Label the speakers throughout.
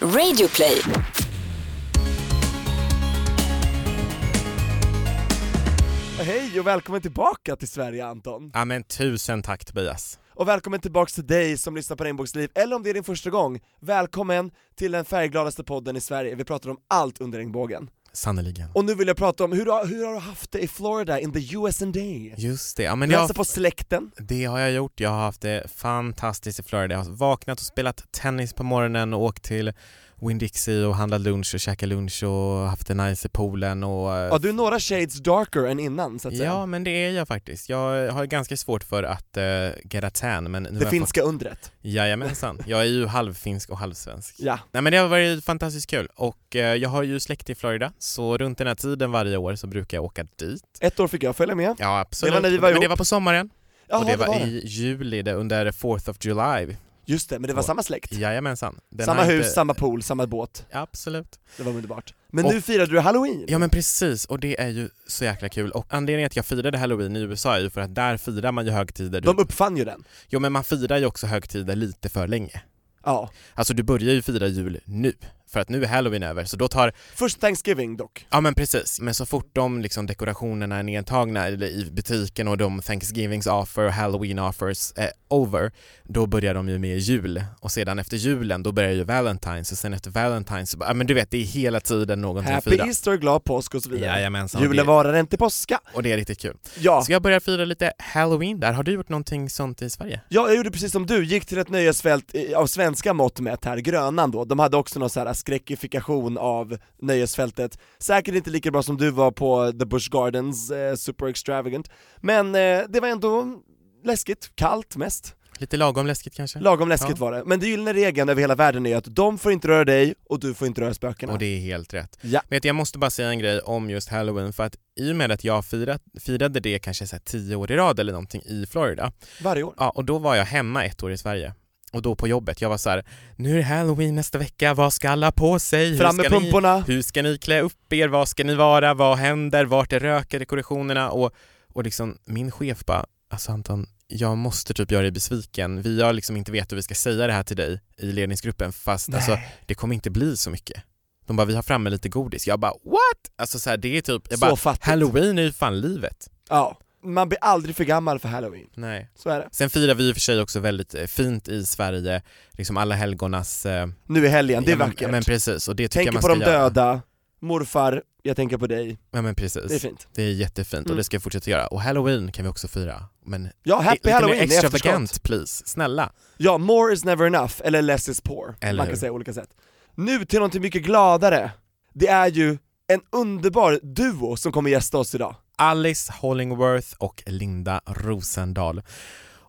Speaker 1: Radioplay.
Speaker 2: Hej och välkommen tillbaka till Sverige Anton!
Speaker 3: Ja men tusen tack Tobias.
Speaker 2: Och välkommen tillbaks till dig som lyssnar på Regnbågsliv, eller om det är din första gång, välkommen till den färggladaste podden i Sverige, vi pratar om allt under regnbågen.
Speaker 3: Sannerligen.
Speaker 2: Och nu vill jag prata om hur, har- hur har du haft det i Florida, in the US and day?
Speaker 3: Just det, ja, men
Speaker 2: Du
Speaker 3: jag,
Speaker 2: hälsar på släkten,
Speaker 3: det har jag gjort. Jag har haft det fantastiskt i Florida. Jag har vaknat och spelat tennis på morgonen och åkt till Winn-Dixie och handlat lunch och käkat lunch och haft det nice i poolen och... eh,
Speaker 2: ja du är några shades darker än innan så att säga.
Speaker 3: ja men det är jag faktiskt. Jag har ganska svårt för att uh, get a tan men... Nu har
Speaker 2: Det
Speaker 3: jag
Speaker 2: finska undret.
Speaker 3: Fått... Jajamensan. Jag är ju halvfinsk och halvsvensk.
Speaker 2: Ja.
Speaker 3: Nej men det har varit fantastiskt kul och eh, jag har ju släkt i Florida så runt den här tiden varje år så brukar jag åka dit.
Speaker 2: Ett år fick jag följa med.
Speaker 3: Ja absolut.
Speaker 2: när vi var
Speaker 3: men det
Speaker 2: ihop.
Speaker 3: var på sommaren.
Speaker 2: Jaha,
Speaker 3: och det var, i juli, det, under 4th of July.
Speaker 2: Just det, men det var samma släkt.
Speaker 3: Jajamensan. Den
Speaker 2: samma
Speaker 3: har
Speaker 2: hus,
Speaker 3: inte-
Speaker 2: samma pool, samma båt.
Speaker 3: Absolut.
Speaker 2: Det var underbart. Men
Speaker 3: Och-
Speaker 2: nu firade du halloween!
Speaker 3: Ja men precis, och det är ju så jäkla kul. Och anledningen att jag firade halloween i USA är ju för att där firar man ju högtider. Du...
Speaker 2: De uppfann ju den.
Speaker 3: Jo men man firar ju också högtider lite för länge.
Speaker 2: Ja.
Speaker 3: Alltså du börjar ju fira jul nu, för att nu är halloween över. Så då tar,
Speaker 2: Först Thanksgiving dock.
Speaker 3: ja men precis, men så fort de liksom dekorationerna är nedtagna eller i butiken och de Thanksgivings offer och halloween offers är over, då börjar de ju med jul och sedan efter julen då börjar ju Valentine's och sen efter Valentine's så bara, ja, men du vet det är hela tiden någonting att
Speaker 2: Happy
Speaker 3: fira.
Speaker 2: Easter, glad påsk och så vidare.
Speaker 3: Jajamensan, och
Speaker 2: Julen
Speaker 3: det,
Speaker 2: varar inte påska.
Speaker 3: och det är riktigt kul.
Speaker 2: Ja.
Speaker 3: Så jag börjar fira lite halloween där, har du gjort någonting sånt i Sverige?
Speaker 2: ja, jag gjorde precis som du, gick till ett nöjesfält i- av svenska mått mätt här, Grönan då, de hade också någon så här skräckifikation av nöjesfältet. Säkert inte lika bra som du var på The Busch Gardens, eh, super extravagant, men eh, det var ändå läskigt, kallt mest.
Speaker 3: Lite lagom läskigt kanske?
Speaker 2: Lagom läskigt
Speaker 3: Ja.
Speaker 2: var det. Men den gyllene regeln över hela världen är att de får inte röra dig och du får inte röra spökena.
Speaker 3: Och det är helt rätt.
Speaker 2: Ja.
Speaker 3: Vet du, jag måste bara säga en grej om just halloween för att i och med att jag firat, firade det kanske så här tio år i rad eller någonting i Florida,
Speaker 2: Varje år.
Speaker 3: ja, och då var jag hemma ett år i Sverige och då på jobbet, jag var så här: nu är det halloween nästa vecka, vad ska alla på sig? Hur
Speaker 2: Fram
Speaker 3: ska
Speaker 2: med
Speaker 3: ni-
Speaker 2: pumporna!
Speaker 3: hur ska ni klä upp er? Vad ska ni vara? Vad händer? Vart är rökdekorationerna? Och, och liksom min chef bara, alltså Anton, jag måste typ göra dig besviken. Vi har liksom inte vet hur vi ska säga det här till dig i ledningsgruppen fast alltså, det kommer inte bli så mycket. De bara, vi har framme lite godis. Jag bara, what? Alltså så här, det är typ, jag
Speaker 2: så
Speaker 3: bara,
Speaker 2: fattigt.
Speaker 3: halloween är ju fan livet.
Speaker 2: Ja. Man blir aldrig för gammal för halloween,
Speaker 3: Nej.
Speaker 2: så är det.
Speaker 3: Sen firar vi i och för sig också väldigt eh, fint i Sverige, liksom alla helgonas... eh,
Speaker 2: Nu i helgen, det är
Speaker 3: ja, men-
Speaker 2: vackert.
Speaker 3: ja, Men precis, och det tycker jag
Speaker 2: tänker
Speaker 3: man
Speaker 2: på
Speaker 3: ska
Speaker 2: de
Speaker 3: göra.
Speaker 2: döda, morfar, jag tänker på dig.
Speaker 3: Ja men precis.
Speaker 2: Det är fint.
Speaker 3: Det är jättefint och
Speaker 2: Mm.
Speaker 3: det ska vi fortsätta göra. Och halloween kan vi också fira. Men
Speaker 2: Ja, happy
Speaker 3: lite
Speaker 2: halloween i
Speaker 3: mer
Speaker 2: efterskott.
Speaker 3: extravagant please, snälla.
Speaker 2: Ja, more is never enough, eller less is poor.
Speaker 3: Eller
Speaker 2: Man kan
Speaker 3: hur?
Speaker 2: säga olika sätt. Nu till någonting mycket gladare. Det är ju en underbar duo som kommer gästa oss idag.
Speaker 3: Alice Hollingworth och Linda Rosendahl.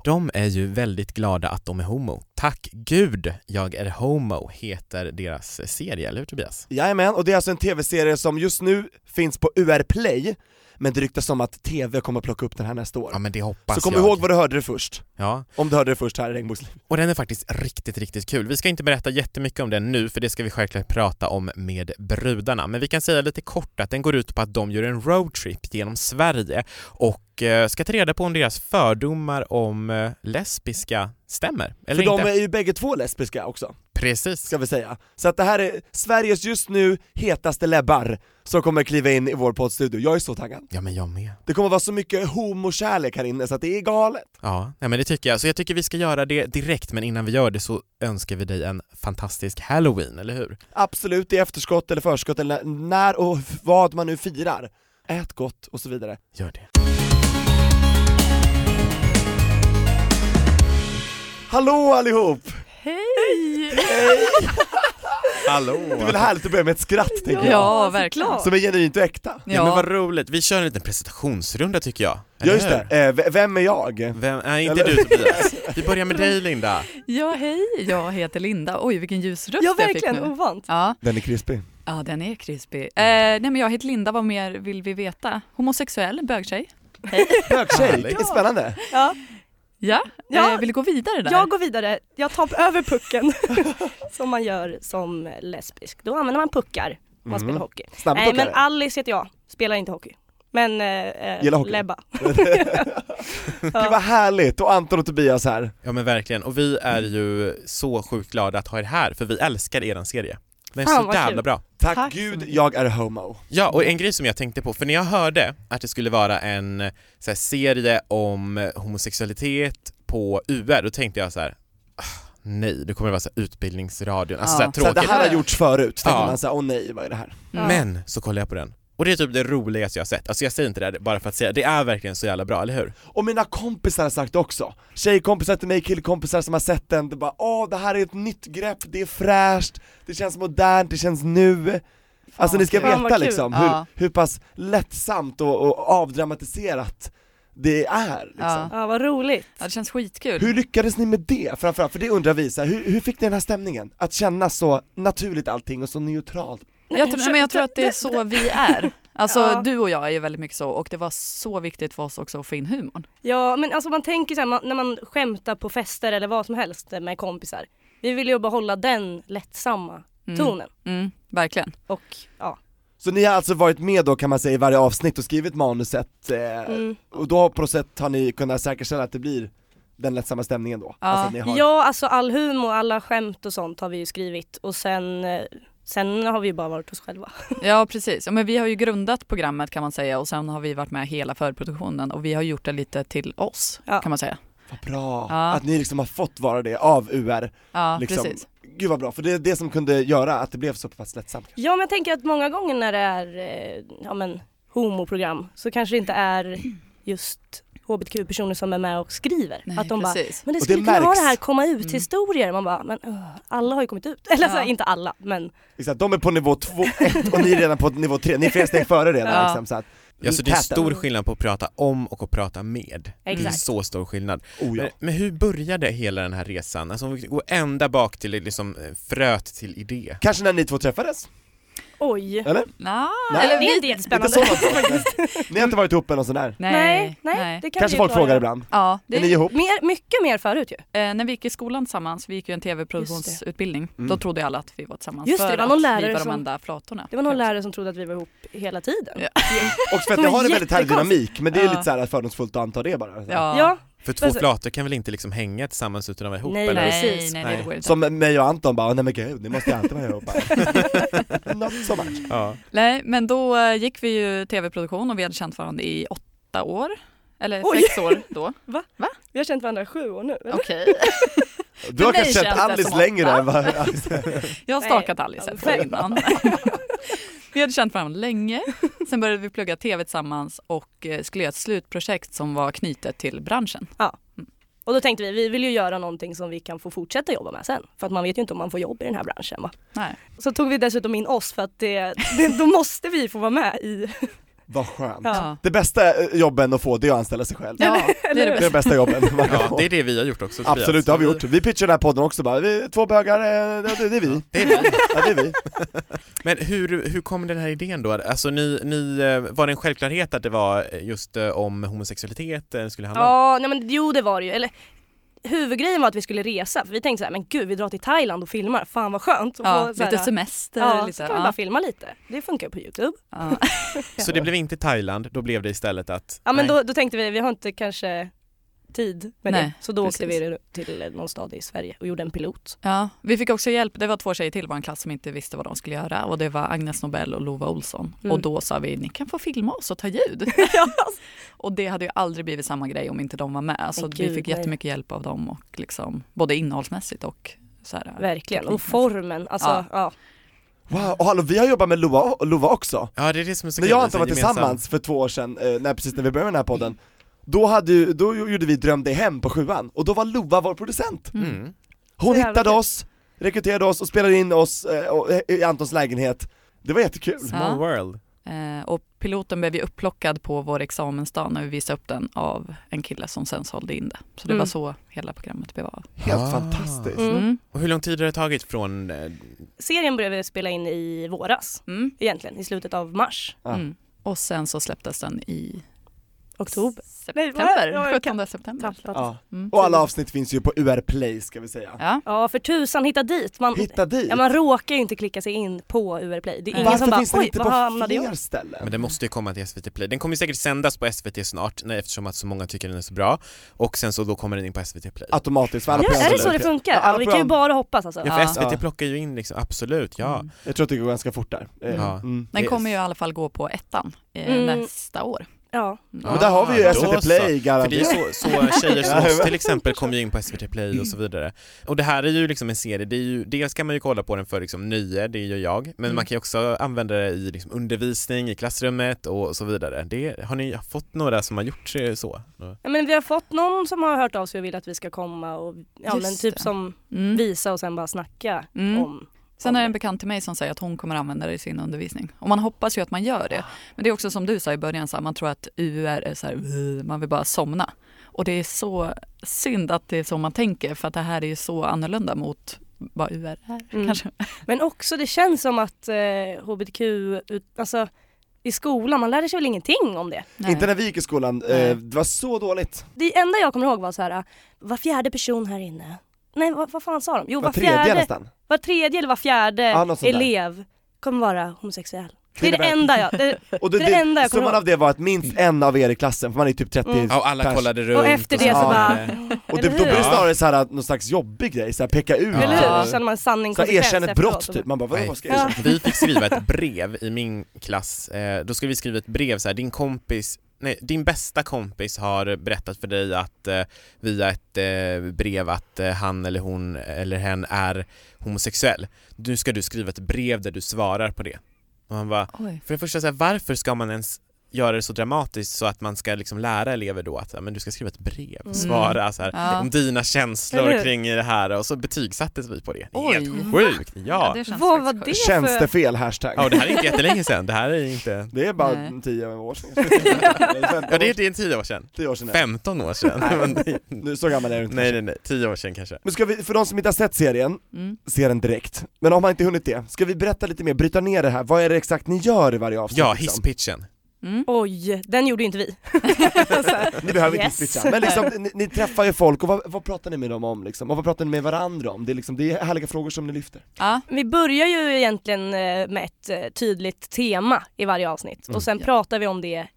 Speaker 3: De är ju väldigt glada att de är homo. Tack gud jag är homo heter deras eh, serie, eller hur Tobias?
Speaker 2: Jajamän, och det är alltså en tv-serie som just nu finns på UR Play, men det ryktas om att tv kommer plocka upp den här nästa år.
Speaker 3: Ja men det hoppas
Speaker 2: Så kom
Speaker 3: jag.
Speaker 2: ihåg vad du hörde det först,
Speaker 3: Ja,
Speaker 2: om du hörde det först här i Regnbågsliv.
Speaker 3: och den är faktiskt riktigt, riktigt kul. Vi ska inte berätta jättemycket om den nu, för det ska vi självklart prata om med brudarna. Men vi kan säga lite kort att den går ut på att de gör en roadtrip genom Sverige och eh, ska ta reda på om deras fördomar om eh, lesbiska stämmer eller
Speaker 2: För de
Speaker 3: inte.
Speaker 2: är ju bägge två lesbiska också.
Speaker 3: Precis.
Speaker 2: ska vi säga. Så att det här är Sveriges just nu hetaste läbbar som kommer kliva in i vår poddstudio. Jag är så taggad.
Speaker 3: Ja, men jag med.
Speaker 2: Det kommer vara så mycket homokärlek här inne så att det är galet.
Speaker 3: Ja, nej, men det tycker jag. Så jag tycker vi ska göra det direkt, men innan vi gör det så önskar vi dig en fantastisk halloween, eller hur?
Speaker 2: Absolut i efterskott eller förskott eller när- när och vad man nu firar. Ät gott och så vidare.
Speaker 3: Gör det.
Speaker 2: Hallå allihop! Hej!
Speaker 3: Hallå!
Speaker 2: Det är väl härligt att börja med ett skratt tänker jag.
Speaker 4: Ja, verkligen.
Speaker 2: Som är genuint och äkta.
Speaker 3: Ja, men
Speaker 4: Ja.
Speaker 3: vad roligt. Vi kör en liten presentationsrunda tycker jag.
Speaker 2: Ja
Speaker 3: eller
Speaker 2: just
Speaker 3: hur?
Speaker 2: det, eh, v- vem är jag?
Speaker 3: Vem, nej inte
Speaker 2: Eller-
Speaker 3: du Tobias. Vi börjar med dig Linda.
Speaker 4: ja, hej, jag heter Linda. Oj, vilken ljus röst
Speaker 5: Ja,
Speaker 4: jag fick
Speaker 5: verkligen.
Speaker 4: nu.
Speaker 5: Ovant.
Speaker 4: Ja,
Speaker 2: Den är krispig.
Speaker 4: ja, den är krispig. Eh, nej, men jag heter Linda, vad mer vill vi veta? Homosexuell, bögtjej.
Speaker 2: Bögtjej, det
Speaker 3: Härligt.
Speaker 2: är spännande.
Speaker 5: Ja.
Speaker 4: Ja,
Speaker 5: Ja,
Speaker 4: eh, vill du gå vidare där?
Speaker 5: Jag går vidare. Jag tar över pucken. som man gör som lesbisk. Då använder man puckar. om Man
Speaker 2: Mm.
Speaker 5: spelar hockey.
Speaker 2: Snabbt
Speaker 5: Nej men
Speaker 2: åkare.
Speaker 5: Alice heter jag. Spelar inte hockey. Men eh, eh,
Speaker 2: Gillar hockey.
Speaker 5: Lebba. alltså-
Speaker 2: Gud vad härligt! Och Anton och Tobias här.
Speaker 3: Ja men verkligen, och vi är ju så sjukt glada att ha er här för vi älskar eran serie. Den är
Speaker 5: Fan,
Speaker 3: så
Speaker 5: vad
Speaker 3: jävla
Speaker 5: kul.
Speaker 3: bra.
Speaker 2: Tack,
Speaker 4: Tack så
Speaker 2: gud,
Speaker 4: mycket.
Speaker 2: jag är homo.
Speaker 3: Ja, och en grej som jag tänkte på, för när jag hörde att det skulle vara en eh, så här, serie om homosexualitet på UR, då tänkte jag så här: "Ah, nej, det kommer vara så här, utbildningsradion, alltså
Speaker 4: Ja.
Speaker 3: så här,
Speaker 4: Så
Speaker 2: Så
Speaker 3: tråkigt.
Speaker 2: det här har gjorts förut, tänkte
Speaker 3: Ja.
Speaker 2: man såhär, åh nej, vad är det här?
Speaker 4: Mm.
Speaker 3: Men så kollade jag på den, och det är typ det roligaste jag har sett. Alltså jag säger inte det här bara för att säga, det är verkligen så jävla bra, eller hur?
Speaker 2: Och mina kompisar har sagt också, tjejkompisar till mig, killkompisar som har sett den, det bara åh det här är ett nytt grepp, det är fräscht, det känns modernt, det känns nu Alltså ni ska
Speaker 5: kul. Fan, vad
Speaker 2: veta
Speaker 5: kul.
Speaker 2: liksom
Speaker 4: Ja.
Speaker 2: hur, hur pass lättsamt och, och avdramatiserat det är liksom.
Speaker 4: Ja.
Speaker 5: Ja, vad roligt.
Speaker 4: Ja, det känns skitkul.
Speaker 2: Hur lyckades ni med det framförallt? För det undrar vi, så här, hur, hur fick ni den här stämningen? Att känna så naturligt allting och så neutralt?
Speaker 4: Jag, tror- nej, men jag tror att det är så vi är. Alltså
Speaker 5: Ja.
Speaker 4: du och jag är ju väldigt mycket så och det var så viktigt för oss också att få in humorn.
Speaker 5: Ja, men alltså man tänker så här, man, när man skämtar på fester eller vad som helst med kompisar. Vi vill ju behålla den lättsamma
Speaker 4: Mm.
Speaker 5: tonen.
Speaker 4: Mm, verkligen.
Speaker 5: Och ja.
Speaker 2: Så ni har alltså varit med då kan man säga i varje avsnitt och skrivit manuset eh,
Speaker 5: Mm.
Speaker 2: Och då på något sätt har ni kunnat säkerställa att det blir den lättsamma stämningen då?
Speaker 4: Ja.
Speaker 2: Alltså att ni har...
Speaker 5: Ja, alltså all humor, alla skämt och sånt har vi ju skrivit och sen, eh, sen har vi ju bara varit oss själva.
Speaker 4: Ja precis, ja, men vi har ju grundat programmet kan man säga och sen har vi varit med hela förproduktionen och vi har gjort det lite till oss
Speaker 5: Ja.
Speaker 4: kan man säga.
Speaker 2: Vad bra!
Speaker 4: Ja.
Speaker 2: Att ni liksom har fått vara det av UR.
Speaker 4: Ja
Speaker 2: liksom.
Speaker 4: precis.
Speaker 2: Gud vad bra, för det är det som kunde göra att det blev så pass lättsamt.
Speaker 5: Ja, men jag tänker att många gånger när det är eh, ja, men, homoprogram så kanske det inte är just hbtq-personer som är med och skriver.
Speaker 4: Nej,
Speaker 5: att de bara,
Speaker 4: precis.
Speaker 5: men det
Speaker 2: Och
Speaker 5: skulle
Speaker 2: det
Speaker 5: kunna vara
Speaker 2: märks. Mm.
Speaker 5: det här komma ut-historier. Man bara, men öh, alla har ju kommit ut. Eller
Speaker 4: Ja.
Speaker 5: så, inte alla,
Speaker 2: Mm.
Speaker 5: men
Speaker 2: Exakt, de är på nivå två ett, och ni är redan på nivå tre. ni är flera steg före redan
Speaker 4: Ja.
Speaker 2: liksom, så att,
Speaker 3: Ja, så Alltså, det är
Speaker 2: Täten.
Speaker 3: stor skillnad på att prata om och att prata med. Det är
Speaker 5: Exakt.
Speaker 3: så stor skillnad.
Speaker 2: Oh, ja.
Speaker 3: Men, men hur började hela den här resan? Alltså om vi går ända bak till liksom eh, fröet till idé.
Speaker 2: Kanske när ni två träffades?
Speaker 5: oj.
Speaker 2: Eller?
Speaker 4: Nå,
Speaker 2: Nej.
Speaker 4: eller
Speaker 5: det är
Speaker 4: vi...
Speaker 5: inte
Speaker 2: Inte
Speaker 5: jättespännande.
Speaker 2: så långt bort, men Ni har inte varit ihop eller något sånt där?
Speaker 4: Nej,
Speaker 5: Nej, nej, det kan
Speaker 2: Kanske
Speaker 5: vi
Speaker 2: folk
Speaker 5: klara.
Speaker 2: frågar ibland.
Speaker 4: Ja, det
Speaker 2: Är ni ihop?
Speaker 5: Mer, mycket mer förut ju.
Speaker 4: Eh, när vi gick i skolan tillsammans, vi gick ju en tv-produktionsutbildning,
Speaker 2: Mm.
Speaker 4: då trodde ju alla att vi var tillsammans
Speaker 5: Just det,
Speaker 4: för
Speaker 5: det var
Speaker 4: att
Speaker 5: någon
Speaker 4: vi
Speaker 5: lärare
Speaker 4: var de
Speaker 5: som-
Speaker 4: enda flatorna.
Speaker 5: Det var någon lärare som trodde att vi var ihop hela tiden.
Speaker 4: Ja.
Speaker 2: Och för att
Speaker 5: De
Speaker 2: ni
Speaker 5: är
Speaker 2: har en väldigt härlig
Speaker 5: jättekonstigt.
Speaker 2: dynamik, men det är
Speaker 4: Ja.
Speaker 2: lite så här fördomsfullt att anta det bara.
Speaker 4: Ja,
Speaker 5: Ja,
Speaker 3: För två
Speaker 5: Alltså-
Speaker 3: flator kan väl inte liksom hänga tillsammans utan att vara ihop
Speaker 5: Nej,
Speaker 3: eller?
Speaker 4: nej,
Speaker 5: precis.
Speaker 4: nej, nej, det går inte.
Speaker 2: Som mig och Anton bara, "Ah, nej men gud, ni måste ju alltid vara ihop. Bara, Not so much.
Speaker 3: Ja.
Speaker 4: Nej, men då eh, gick vi ju tv-produktion och vi hade känt varandra i åtta år. Eller
Speaker 5: Oj.
Speaker 4: sex år då.
Speaker 5: vi har känt varandra i sju år nu. eller?
Speaker 4: Okej.
Speaker 2: Du har
Speaker 4: För
Speaker 2: kanske
Speaker 4: mig
Speaker 2: känt
Speaker 4: känns det
Speaker 2: Alice
Speaker 4: som
Speaker 2: längre
Speaker 4: åtta.
Speaker 2: än vad...
Speaker 4: Jag har
Speaker 5: Nej,
Speaker 4: stakat Alice ett år
Speaker 5: Alice.
Speaker 4: innan. vi hade känt varandra länge. Sen började vi plugga tv tillsammans och eh, skulle göra ett slutprojekt som var knutet till branschen.
Speaker 5: Och då tänkte vi, vi vill ju göra någonting som vi kan få fortsätta jobba med sen. För att man vet ju inte om man får jobb i den här branschen va.
Speaker 4: Nej.
Speaker 5: Så tog vi dessutom in oss för att det, det, då måste vi få vara med i...
Speaker 2: Vad skönt.
Speaker 4: Ja.
Speaker 2: Det bästa eh, jobben att få det är att anställa sig själv.
Speaker 4: Ja, det är
Speaker 2: Det är
Speaker 4: det
Speaker 2: de
Speaker 4: bästa.
Speaker 2: bästa jobben man kan
Speaker 3: ja,
Speaker 2: få.
Speaker 3: det är det vi har gjort också Tobias.
Speaker 2: Absolut, det har vi gjort. Vi pitchar den här podden också bara, vi, två bögar, eh, det, det är vi.
Speaker 3: Det är vi.
Speaker 2: Ja, det är vi.
Speaker 3: Men hur, hur kom den här idén då? Alltså ni, ni, eh, var det en självklarhet att det var eh, just eh, om homosexualitet eh, skulle handla om?
Speaker 5: Ja, nej men jo det var det ju. Eller, huvudgrejen var att vi skulle resa. För vi tänkte så här, men gud vi drar till Thailand och filmar. Fan vad skönt. att
Speaker 4: Ja,
Speaker 5: få så här-
Speaker 4: lite semester.
Speaker 5: Ja, så
Speaker 4: lite,
Speaker 5: kan vi bara filma lite. Det funkar ju på Youtube.
Speaker 4: ja.
Speaker 3: Så det blev inte Thailand, då blev det istället att...
Speaker 5: Ja men
Speaker 3: Nej.
Speaker 5: då, då tänkte vi, vi har inte kanske tid med
Speaker 4: Nej,
Speaker 5: det. Så då
Speaker 4: precis.
Speaker 5: åkte vi till någon stad i Sverige och gjorde en pilot.
Speaker 4: Ja, vi fick också hjälp. Det var två tjejer till i vår klass som inte visste vad de skulle göra och det var Agnes Nobel och Lova Olsson.
Speaker 5: Mm.
Speaker 4: Och då sa vi, ni kan få filma oss och ta ljud. och det hade ju aldrig blivit samma grej om inte de var med. Så
Speaker 5: Men
Speaker 4: vi
Speaker 5: gud,
Speaker 4: fick
Speaker 5: nej.
Speaker 4: jättemycket hjälp av dem och liksom, både innehållsmässigt och så här.
Speaker 5: Verkligen. Och
Speaker 4: teknikmässigt.
Speaker 5: formen. Alltså,
Speaker 4: Ja.
Speaker 5: ja.
Speaker 2: Wow, och hallå, vi har jobbat med Lova, Lova också.
Speaker 3: Ja det är det som är så
Speaker 2: När
Speaker 3: kul,
Speaker 2: jag och
Speaker 3: det
Speaker 2: Anton
Speaker 3: är så
Speaker 2: var
Speaker 3: gemensam-
Speaker 2: tillsammans för två år sedan, eh, när, precis när vi började med den här podden, då, hade, ju- då gjorde vi Dröm dig hem på sjuan, och då var Lova vår producent.
Speaker 3: Mm.
Speaker 2: Hon
Speaker 5: Så jävla
Speaker 2: hittade
Speaker 5: kul.
Speaker 2: oss, rekryterade oss och spelade in oss eh, och- i Antons lägenhet. Det var jättekul.
Speaker 3: Small
Speaker 4: Ja.
Speaker 3: world.
Speaker 5: Mm.
Speaker 4: Eh, och piloten blev ju upplockad på vår examensdag när vi visade upp den av en kille som sen sålde in det. Så det
Speaker 5: Mm.
Speaker 4: var så hela programmet blev av.
Speaker 2: Helt
Speaker 3: Ah.
Speaker 2: fantastiskt.
Speaker 5: Mm.
Speaker 4: Mm.
Speaker 3: Och hur lång tid har det tagit från... eh,
Speaker 5: Serien började vi spela in i våras
Speaker 4: Mm.
Speaker 5: Ah. egentligen, i slutet av mars.
Speaker 2: Ja.
Speaker 4: Mm. Och sen så släpptes den i
Speaker 5: Oktober. Nej, vad?
Speaker 4: September,
Speaker 5: Jag
Speaker 4: 17 september.
Speaker 5: Tappat.
Speaker 2: Ja.
Speaker 4: Mm.
Speaker 2: Och alla avsnitt finns ju på UR Play ska vi säga.
Speaker 4: Ja.
Speaker 5: Ja för tusan hitta dit. Man,
Speaker 2: Hitta dit!
Speaker 5: ja, man råkar ju inte klicka sig in på UR Play. Det är
Speaker 4: Nej.
Speaker 5: ingen som
Speaker 2: Varför
Speaker 5: bara
Speaker 2: finns den
Speaker 5: oj
Speaker 2: inte
Speaker 5: vad
Speaker 2: på
Speaker 5: hamnade jag?
Speaker 2: fler ställen?
Speaker 3: Men den måste ju komma till SVT Play. Den kommer ju säkert sändas på SVT snart nej, eftersom att så många tycker den är så bra och sen så då kommer den in på SVT Play.
Speaker 2: Automatiskt, för alla
Speaker 5: Ja,
Speaker 2: program
Speaker 5: är det
Speaker 2: som
Speaker 5: så det
Speaker 2: dyker upp.
Speaker 5: funkar?
Speaker 2: Ja,
Speaker 5: Ja,
Speaker 2: alla
Speaker 5: vi kan ju
Speaker 2: program-
Speaker 5: bara hoppas alltså.
Speaker 3: Ja för
Speaker 4: Ja.
Speaker 3: SVT
Speaker 2: Ja.
Speaker 3: plockar ju in liksom, absolut ja.
Speaker 4: Mm.
Speaker 2: Jag tror att det går ganska fort där. Eh,
Speaker 3: Ja.
Speaker 2: Mm.
Speaker 4: Den
Speaker 3: Yes.
Speaker 4: kommer ju i alla fall gå på ettan eh,
Speaker 5: Mm.
Speaker 4: nästa år.
Speaker 5: Ja.
Speaker 4: Mm.
Speaker 2: Och där har vi ju
Speaker 3: Ah, då
Speaker 2: SVT
Speaker 3: så.
Speaker 2: Play
Speaker 3: För det är
Speaker 2: garanterat.
Speaker 3: så, så tjejer som oss till exempel kommer ju in på SVT Play och så vidare. Och det här är ju liksom en serie, det är ju, dels kan man ju kolla på den för liksom nöje, det gör jag, men
Speaker 4: Mm.
Speaker 3: man kan ju också använda det i liksom undervisning, i klassrummet och så vidare. Det, har ni fått några som har gjort eh, så?
Speaker 5: ja men vi har fått någon som har hört av sig och vill att vi ska komma och ja,
Speaker 4: Just
Speaker 5: men typ
Speaker 4: det.
Speaker 5: som
Speaker 4: Mm.
Speaker 5: visa och sen bara snacka
Speaker 4: Mm.
Speaker 5: om.
Speaker 4: Sen är det en bekant till mig som säger att hon kommer använda det i sin undervisning. Och man hoppas ju att man gör det. Men det är också som du sa i början, så här, man tror att UR är så här, "Ugh", man vill bara somna. Och det är så synd att det är så man tänker för att det här är ju så annorlunda mot vad UR är
Speaker 5: Mm.
Speaker 4: kanske.
Speaker 5: Men också det känns som att eh, HBTQ, ut- alltså i skolan, man lärde sig väl ingenting om det.
Speaker 4: Nej.
Speaker 2: Inte när vi gick i skolan,
Speaker 4: Nej.
Speaker 2: eh, det var så dåligt.
Speaker 5: Det enda jag kommer ihåg var så här, var fjärde person här inne. Nej vad, vad fan sa de? Jo
Speaker 2: Var
Speaker 5: var
Speaker 2: tredje
Speaker 5: fjärde,
Speaker 2: nästan.
Speaker 5: var tredje eller var fjärde
Speaker 2: Ja, något sånt där.
Speaker 5: elev kommer vara homosexuell. Det är det
Speaker 2: innebär-
Speaker 5: enda jag, det,
Speaker 2: Och det,
Speaker 5: det är det enda jag kommer
Speaker 2: summan
Speaker 5: ihåg.
Speaker 2: av det var att minst en av er i klassen, för man är typ 30
Speaker 5: Mm.
Speaker 3: Mm. Ja, och alla
Speaker 2: pers.
Speaker 3: kollade runt.
Speaker 5: och efter det så
Speaker 2: Ja.
Speaker 5: bara,
Speaker 2: Och det, då
Speaker 5: Eller
Speaker 2: blir det
Speaker 5: hur?
Speaker 2: snarare så här, att någon slags jobbig grej, så här, peka ut
Speaker 3: Ja.
Speaker 5: eller hur?
Speaker 2: typ.
Speaker 5: Så känner man sanning
Speaker 2: Så här,
Speaker 5: konsekvens
Speaker 2: erkänn ett
Speaker 5: efteråt.
Speaker 2: brott typ, man bara
Speaker 3: Nej.
Speaker 2: vadå vad ska jag
Speaker 5: Ja.
Speaker 2: erkänna?
Speaker 3: Vi fick skriva ett brev i min klass, eh, då skulle vi skriva ett brev så här, din kompis Nej, din bästa kompis har berättat för dig att eh, via ett eh, brev att eh, han eller hon eller hen är homosexuell. Nu ska du skriva ett brev där du svarar på det. Och man bara,
Speaker 4: Oj.
Speaker 3: för det första, så här, varför ska man ens göra det så dramatiskt så att man ska liksom lära elever då att ja, men du ska skriva ett brev,
Speaker 5: Mm.
Speaker 3: svara så här,
Speaker 4: Ja.
Speaker 3: om dina känslor
Speaker 5: Eller hur?
Speaker 3: kring det här och så betygsattes vi på det. Det är
Speaker 4: Oj.
Speaker 3: Helt sjukt! Ja.
Speaker 4: det känns
Speaker 5: Vad var
Speaker 4: faktiskt
Speaker 5: det
Speaker 4: sjukt.
Speaker 2: Känns det fel hashtag?
Speaker 3: Ja, och det här är inte jättelänge sedan, det här är inte...
Speaker 2: Det är bara
Speaker 4: Nej.
Speaker 2: 10 år sedan. Eller 15
Speaker 3: Ja, det är,
Speaker 2: år sedan.
Speaker 3: det är tio år sedan.
Speaker 2: 10 år sedan. är
Speaker 3: 15 år sedan.
Speaker 2: Nej.
Speaker 3: Men det-
Speaker 2: det. Nu, så gammal är du inte.
Speaker 3: nej, nej, nej, tio år sedan kanske.
Speaker 2: Men ska vi, för de som inte har sett serien,
Speaker 4: Mm.
Speaker 2: se den direkt. Men om man inte hunnit det, ska vi berätta lite mer, bryta ner det här, vad är det exakt ni gör i varje avsnitt?
Speaker 3: Ja,
Speaker 2: liksom?
Speaker 3: hisspitchen.
Speaker 4: Mm.
Speaker 5: Oj, den gjorde ju inte vi.
Speaker 2: Ni behöver
Speaker 5: Yes.
Speaker 2: inte hisspitcha, men liksom, ni, ni träffar ju folk och vad, vad pratar ni med dem om liksom? Och vad pratar ni med varandra om? Det är, liksom, det är härliga frågor som ni lyfter.
Speaker 4: Ja.
Speaker 5: Vi börjar ju egentligen eh, med ett eh, tydligt tema i varje avsnitt
Speaker 2: Mm.
Speaker 5: och sen
Speaker 4: Ja.
Speaker 5: pratar vi om det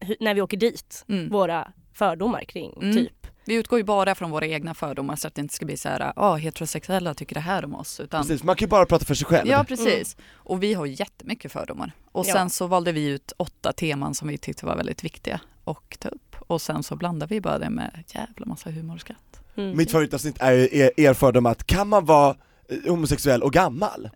Speaker 5: hu- när vi åker dit,
Speaker 4: Mm.
Speaker 5: våra fördomar kring
Speaker 4: Mm.
Speaker 5: typ.
Speaker 4: Vi utgår ju bara från våra egna fördomar så att det inte ska bli så här, ah, heterosexuella tycker det här om oss. Utan
Speaker 2: Precis, man kan ju bara prata för sig själv. Mm.
Speaker 4: Ja precis. Och vi har jättemycket fördomar. Och
Speaker 5: Ja.
Speaker 4: sen så valde vi ut åtta teman som vi tyckte var väldigt viktiga att ta upp. Och sen så blandade vi bara det med jävla massa humor och skratt.
Speaker 5: Mm.
Speaker 2: Mitt favoritavsnitt är ju er, er fördom att kan man vara eh, homosexuell och gammal?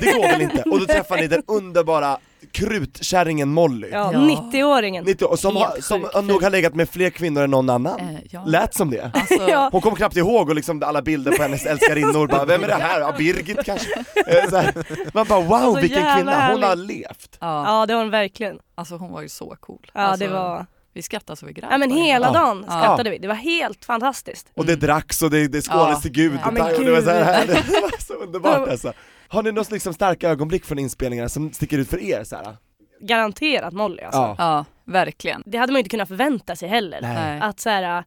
Speaker 2: Det går väl inte? Och då träffar ni den underbara krutkärringen Molly.
Speaker 5: ja,
Speaker 4: Ja.
Speaker 5: 90-åringen.
Speaker 2: 90 och som, har,
Speaker 5: Helt
Speaker 2: som
Speaker 5: sjukt.
Speaker 2: nog har legat med fler kvinnor än någon annan.
Speaker 4: Eh, ja.
Speaker 2: Lät som det.
Speaker 4: Alltså,
Speaker 5: Ja.
Speaker 2: Hon kom knappt ihåg och liksom alla bilder på hennes älskarinnor bara, vem är det här? Ja, Birgit kanske? Eh, Så här. Man bara wow
Speaker 5: Alltså,
Speaker 2: vilken
Speaker 5: jävla
Speaker 2: kvinna, hon
Speaker 5: härligt.
Speaker 2: har levt.
Speaker 4: Ja,
Speaker 5: Ja det var den verkligen.
Speaker 4: alltså hon var ju så cool.
Speaker 5: Ja
Speaker 4: alltså,
Speaker 5: det var,
Speaker 4: Vi skrattade så vi grät.
Speaker 5: ja men
Speaker 4: varje
Speaker 5: hela
Speaker 4: gång.
Speaker 5: dagen
Speaker 4: Ja.
Speaker 5: skrattade vi. Det var helt fantastiskt.
Speaker 2: Och det
Speaker 4: Mm.
Speaker 2: dracks och det, det skålades
Speaker 4: Ja.
Speaker 2: till gud,
Speaker 4: Ja,
Speaker 5: men
Speaker 2: och det var så här
Speaker 5: gud.
Speaker 2: härligt, det var så underbart alltså. Har ni något liksom starka ögonblick från inspelningarna som sticker ut för er så här?
Speaker 5: Garanterat Molly alltså.
Speaker 2: Ja.
Speaker 4: Ja, verkligen.
Speaker 5: Det hade man ju inte kunnat förvänta sig heller.
Speaker 2: Nej.
Speaker 4: Nej.
Speaker 5: Att så här,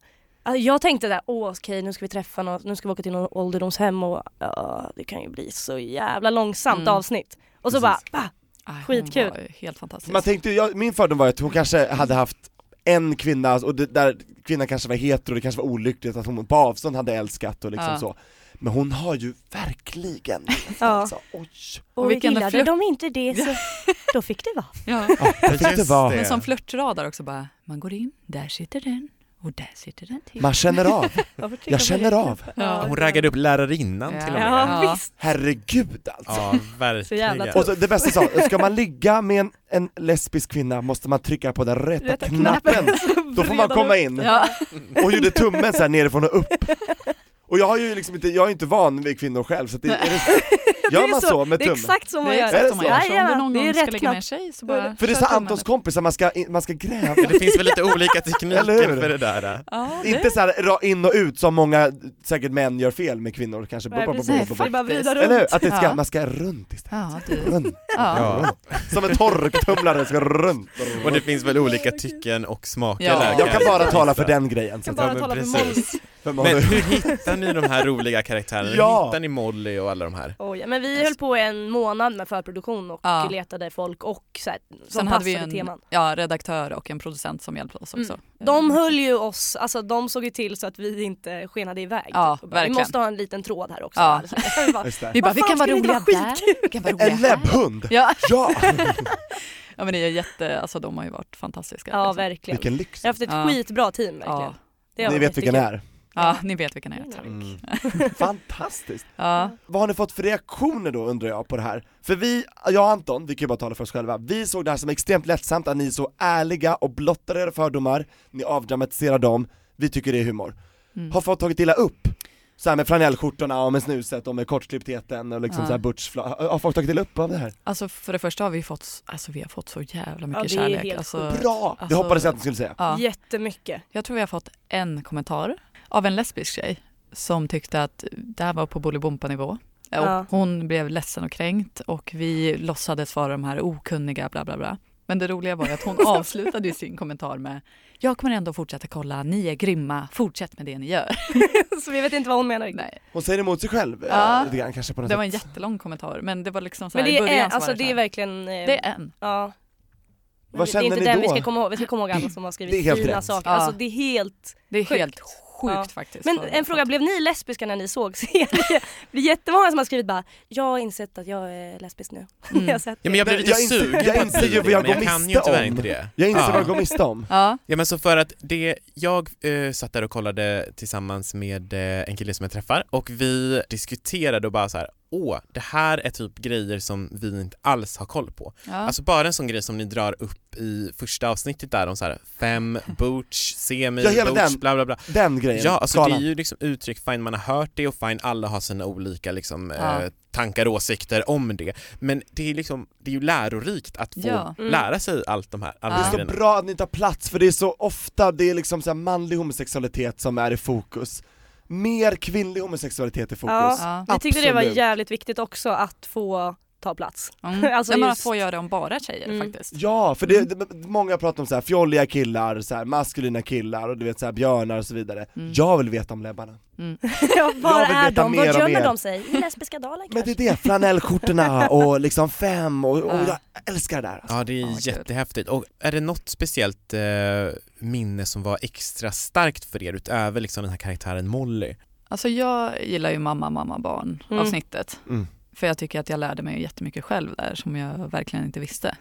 Speaker 5: äh, jag tänkte där, åh okej nu ska vi träffa någon, nu ska vi åka till någon ålderdomshem och ja, det kan ju bli så jävla långsamt
Speaker 4: Mm.
Speaker 5: avsnitt. Och så
Speaker 2: Precis.
Speaker 5: bara, va?
Speaker 4: Aj, hon
Speaker 5: Skitkul.
Speaker 4: var ju Helt fantastisk.
Speaker 2: Man tänkte, ju- jag, min fördom var att hon kanske hade haft en kvinna, och det, där kvinnan kanske var hetero, det kanske var olyckligt att hon på avstånd hade älskat och liksom
Speaker 4: Ja.
Speaker 2: så Men hon har ju verkligen levt,
Speaker 5: Ja.
Speaker 2: alltså, oj!
Speaker 5: Och,
Speaker 4: Och vilken
Speaker 5: gillade
Speaker 4: flört.
Speaker 5: de inte det så då fick det vara.
Speaker 4: ja.
Speaker 2: Jag fick det
Speaker 3: Just
Speaker 2: vara.
Speaker 4: Men som flörtradar också bara, man går in, där sitter den och där sitter den till.
Speaker 2: Man känner av, jag känner av,
Speaker 4: Ja.
Speaker 3: Hon raggade upp lärarinnan till och med.
Speaker 5: Ja,
Speaker 4: Ja.
Speaker 5: visst.
Speaker 2: herregud alltså!
Speaker 3: Ja,
Speaker 5: Så
Speaker 3: verkligen.
Speaker 5: jävla
Speaker 2: Och så, det bästa sa, ska man ligga med en, en lesbisk kvinna måste man trycka på den rätta,
Speaker 5: Rätta
Speaker 2: knappen, då får man komma in
Speaker 4: Ja.
Speaker 2: och gjorde tummen så här nerifrån och upp. Och jag har ju liksom inte, jag är inte van vid kvinnor själv så att det, är det, Gör man så med
Speaker 5: det är
Speaker 2: tummen?
Speaker 5: exakt så man
Speaker 4: Det är
Speaker 5: gör.
Speaker 2: Är
Speaker 4: exakt
Speaker 2: det
Speaker 4: som man
Speaker 2: så?
Speaker 4: gör. Så om du
Speaker 5: Jajamän,
Speaker 4: någon
Speaker 5: det är
Speaker 4: gång ska
Speaker 5: rätt
Speaker 4: ligga ner
Speaker 5: knappt.
Speaker 4: tjej så bara
Speaker 2: För det
Speaker 4: kör
Speaker 2: sa
Speaker 4: tummen.
Speaker 2: Antons kompis att man ska, man ska gräva,
Speaker 3: Det finns väl lite olika
Speaker 2: Eller hur?
Speaker 3: tekniker för det där. äh.
Speaker 4: Ja, det-
Speaker 2: inte såhär ra- in och ut som många, säkert män gör fel med kvinnor kanske.
Speaker 5: Nej,
Speaker 2: Bo- bo- bo-
Speaker 5: precis.
Speaker 2: bo- bo-
Speaker 5: Det är bara att vrida
Speaker 2: Eller hur?
Speaker 5: runt.
Speaker 2: Att det ska,
Speaker 4: Ja.
Speaker 2: man ska runt istället.
Speaker 4: Ja, du.
Speaker 2: Runt,
Speaker 4: Ja.
Speaker 3: Ja.
Speaker 2: runt. Som en torktumlare ska runt.
Speaker 3: Och det finns väl olika tycken och smaker
Speaker 4: Ja.
Speaker 3: där.
Speaker 2: Jag kan bara tala för den grejen.
Speaker 5: Kan
Speaker 2: Så.
Speaker 5: bara
Speaker 3: men
Speaker 5: tala för
Speaker 3: precis.
Speaker 5: Molly.
Speaker 2: För man-
Speaker 3: Men hur hittar ni de här roliga karaktärerna?
Speaker 2: Ja.
Speaker 3: Hur hittar ni Molly och alla de här?
Speaker 5: Oj, Oh, ja, men vi höll på en månad med förproduktion och
Speaker 4: Ja.
Speaker 5: letade folk och så här, som
Speaker 4: Sen
Speaker 5: passade
Speaker 4: hade vi en
Speaker 5: teman.
Speaker 4: ja, redaktör och en producent som hjälpte oss också.
Speaker 5: Mm.
Speaker 4: Eh,
Speaker 5: De
Speaker 4: Mm.
Speaker 5: höll ju oss, alltså de såg ju till så att vi inte skenade iväg. typ.
Speaker 4: Ja,
Speaker 5: Och bara, vi
Speaker 4: verkligen.
Speaker 5: måste ha en liten tråd här också.
Speaker 4: Ja.
Speaker 5: Alltså, vi bara,
Speaker 2: Just det.
Speaker 4: Vi bara,
Speaker 5: Vad
Speaker 4: vi
Speaker 5: fan,
Speaker 4: kan vara
Speaker 5: skulle det
Speaker 4: roliga
Speaker 5: inte vara
Speaker 4: där, vi kan vara roliga
Speaker 2: En
Speaker 4: här.
Speaker 2: läbbhund!
Speaker 4: Ja.
Speaker 2: Ja!
Speaker 4: ja, men det är jätte, alltså de har ju varit fantastiska.
Speaker 5: ja
Speaker 4: liksom.
Speaker 5: verkligen.
Speaker 2: Vilken lyx!
Speaker 5: Vi har haft ett
Speaker 4: Ja.
Speaker 5: skitbra team verkligen.
Speaker 4: ja.
Speaker 5: Det har
Speaker 2: Ni
Speaker 5: varit
Speaker 2: vet vilken det
Speaker 5: jättekul.
Speaker 2: är?
Speaker 4: ja, ni vet vilken jag är.
Speaker 5: Mm.
Speaker 2: Mm. Fantastiskt!
Speaker 4: Ja.
Speaker 2: Vad har ni fått för reaktioner då undrar jag på det här? För vi, jag och Anton, vi kan ju bara tala för oss själva, vi såg det här som extremt lättsamt att ni är så ärliga och blottar era fördomar, ni avdramatiserar dem, vi tycker det är humor.
Speaker 4: Mm.
Speaker 2: Har folk tagit illa upp? Så här med flanellskjortorna och med snuset och med kortklipptheten och liksom
Speaker 4: Ja.
Speaker 2: så här butchfla- har har folk tagit illa upp av det här?
Speaker 4: Alltså för det första har vi fått, s- alltså vi har fått så jävla mycket
Speaker 5: det är
Speaker 4: kärlek.
Speaker 5: helt
Speaker 4: alltså,
Speaker 2: Bra! Det
Speaker 4: alltså-
Speaker 2: hoppades jag att ni skulle säga.
Speaker 4: ja.
Speaker 5: Jättemycket.
Speaker 4: Jag tror vi har fått en kommentar av en lesbisk tjej som tyckte att det här var på Bolibompa-nivå. Och
Speaker 5: Ja.
Speaker 4: Hon blev ledsen och kränkt och vi låtsades vara de här okunniga bla bla bla. Men det roliga var ju att hon avslutade ju sin kommentar med Jag kommer ändå fortsätta kolla, ni är grymma, fortsätt med det ni gör.
Speaker 5: så vi vet inte vad hon menar riktigt.
Speaker 4: Nej,
Speaker 2: Hon säger emot sig själv,
Speaker 4: Ja.
Speaker 2: eh, lite grann kanske på något
Speaker 4: det var en
Speaker 2: sätt.
Speaker 4: jättelång kommentar men det var liksom så här,
Speaker 5: Men det
Speaker 4: i början
Speaker 5: är,
Speaker 4: så
Speaker 5: alltså,
Speaker 4: var det,
Speaker 5: det är
Speaker 4: så här,
Speaker 5: verkligen... eh,
Speaker 4: det är en.
Speaker 5: Ja. Men
Speaker 2: Vad
Speaker 5: det, det är
Speaker 2: kände
Speaker 5: inte
Speaker 2: ni
Speaker 5: den
Speaker 2: då?
Speaker 5: vi ska komma ihåg, vi ska komma ihåg alla som har
Speaker 2: Det är
Speaker 5: skrivit
Speaker 2: helt
Speaker 5: fina
Speaker 2: rätt.
Speaker 5: saker.
Speaker 4: Ja.
Speaker 5: Alltså det är helt...
Speaker 4: Det är
Speaker 5: Sjukt.
Speaker 4: helt sjukt
Speaker 5: Ja.
Speaker 4: faktiskt.
Speaker 5: Men
Speaker 4: vad-
Speaker 5: en fråga, blev ni lesbiska när ni såg serien? Det är jättemånga som har skrivit bara, jag har insett att jag är lesbisk nu.
Speaker 4: Mm.
Speaker 5: jag har sett
Speaker 3: Ja, men jag blev
Speaker 2: Jag
Speaker 3: lite
Speaker 2: inser-
Speaker 3: sugen
Speaker 2: jag
Speaker 3: på
Speaker 2: inser
Speaker 3: att
Speaker 2: ju
Speaker 3: säga
Speaker 2: vad jag
Speaker 3: det, men
Speaker 2: går
Speaker 3: jag kan ju
Speaker 2: miste
Speaker 3: tyvärr
Speaker 2: om.
Speaker 3: inte det.
Speaker 2: Jag inser
Speaker 3: Ja.
Speaker 2: vad jag går miste om.
Speaker 4: Ja,
Speaker 3: Ja men så för att det, jag eh, satt där och kollade tillsammans med eh, en kille som jag träffar och vi diskuterade och bara så här, åh det här är typ grejer som vi inte alls har koll på.
Speaker 4: ja.
Speaker 3: Alltså bara en sån grej som ni drar upp i första avsnittet där om så här fem, booch, semi,
Speaker 2: Ja, hela
Speaker 3: booch,
Speaker 2: den
Speaker 3: bla bla bla.
Speaker 2: Den grejen,
Speaker 3: Ja, alltså
Speaker 2: skalan.
Speaker 3: det är ju liksom uttryck, fine man har hört det och fine alla har sina olika liksom,
Speaker 4: Ja.
Speaker 3: eh, tankar och åsikter om det. Men det är, liksom, det är ju lärorikt att få
Speaker 4: Ja.
Speaker 5: Mm.
Speaker 3: lära sig allt de här, alla de här
Speaker 4: Ja.
Speaker 2: Det är så
Speaker 3: grejerna.
Speaker 2: bra att ni tar plats för det är så ofta det är liksom så här manlig homosexualitet som är i fokus. Mer kvinnlig homosexualitet i fokus.
Speaker 5: Ja.
Speaker 2: alltså,
Speaker 4: ja.
Speaker 5: Vi tyckte det var
Speaker 2: Absolut.
Speaker 5: jävligt viktigt också att få ta plats.
Speaker 4: Mm.
Speaker 5: Alltså
Speaker 4: Nej, men
Speaker 5: just-
Speaker 4: att få göra om bara tjejer
Speaker 5: Mm.
Speaker 4: faktiskt.
Speaker 2: Ja, för det,
Speaker 4: Mm.
Speaker 2: det, många pratar om så här fjolliga killar, så här maskulina killar och du vet så här björnar och så vidare.
Speaker 4: Mm.
Speaker 2: Jag vill veta om läbbarna.
Speaker 5: Ja, var
Speaker 2: Jag vill
Speaker 5: är
Speaker 2: veta
Speaker 5: de?
Speaker 2: mer
Speaker 5: Var
Speaker 2: och
Speaker 5: gömmer
Speaker 2: mer.
Speaker 5: de sig? I lesbiska dalar
Speaker 2: Men det
Speaker 5: kanske?
Speaker 2: är det, flanellskjortorna och liksom fem och, och jag
Speaker 4: Ja.
Speaker 2: älskar det där. Alltså.
Speaker 3: Ja det är
Speaker 4: Ja, gud.
Speaker 3: jättehäftigt. Och är det något speciellt eh, minne som var extra starkt för er utöver liksom den här karaktären Molly?
Speaker 4: Alltså jag gillar ju mamma, mamma, barn
Speaker 5: Mm.
Speaker 4: avsnittet.
Speaker 2: Mm.
Speaker 4: För jag tycker att jag lärde mig jättemycket själv där som jag verkligen inte visste.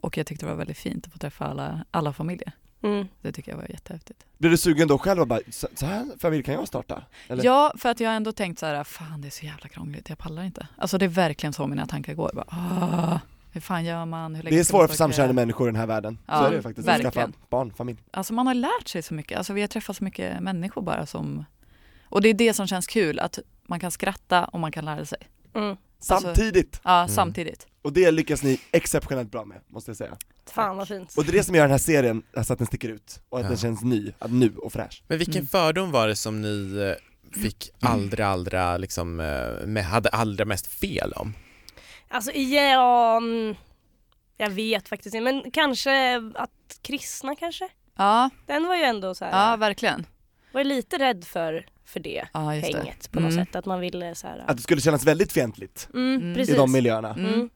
Speaker 4: Och jag tyckte det var väldigt fint att få träffa alla, alla familjer.
Speaker 5: Mm.
Speaker 4: Det tycker jag var jättehäftigt.
Speaker 2: Blir du sugen då själv och bara, så, så här familj kan jag starta? Eller?
Speaker 4: Ja, för att jag har ändå tänkt så här, fan det är så jävla krångligt, jag pallar inte. Alltså det är verkligen så mina tankar går. Bara, ah, hur fan gör man? Hur länge
Speaker 2: Det är
Speaker 4: ska man
Speaker 2: svårare för
Speaker 4: orka?
Speaker 2: samkönade människor i den här världen.
Speaker 4: Ja,
Speaker 2: så är det faktiskt. Att Skaffa
Speaker 4: verkligen.
Speaker 2: barn, familj.
Speaker 4: Alltså man har lärt sig så mycket, alltså vi har träffat så mycket människor bara som... Och det är det som känns kul, att man kan skratta och man kan lära sig.
Speaker 5: Mm.
Speaker 4: Alltså-
Speaker 2: Samtidigt!
Speaker 4: Ja,
Speaker 3: Mm.
Speaker 4: samtidigt.
Speaker 2: Och det lyckas ni exceptionellt bra med, måste jag säga.
Speaker 5: Fan vad fint.
Speaker 2: Och det är det som gör den här serien, alltså att den sticker ut och att
Speaker 3: Ja.
Speaker 2: den känns ny, att nu och fräsch.
Speaker 3: Men vilken
Speaker 4: Mm.
Speaker 3: fördom var det som ni eh, fick
Speaker 2: Mm.
Speaker 3: allra, allra, liksom, eh, med, hade allra mest fel om?
Speaker 5: Alltså ja, mm, jag vet faktiskt inte men kanske att kristna kanske?
Speaker 4: Ja,
Speaker 5: Den var ju ändå så här,
Speaker 4: ja verkligen.
Speaker 5: var ju lite rädd för, för det
Speaker 4: Ja, just det.
Speaker 5: hänget på något
Speaker 4: Mm.
Speaker 5: sätt. Att man ville så här,
Speaker 2: Att det skulle kännas väldigt fientligt
Speaker 5: mm,
Speaker 4: Mm.
Speaker 5: precis.
Speaker 2: i de miljöerna.
Speaker 4: Mm.
Speaker 5: Mm.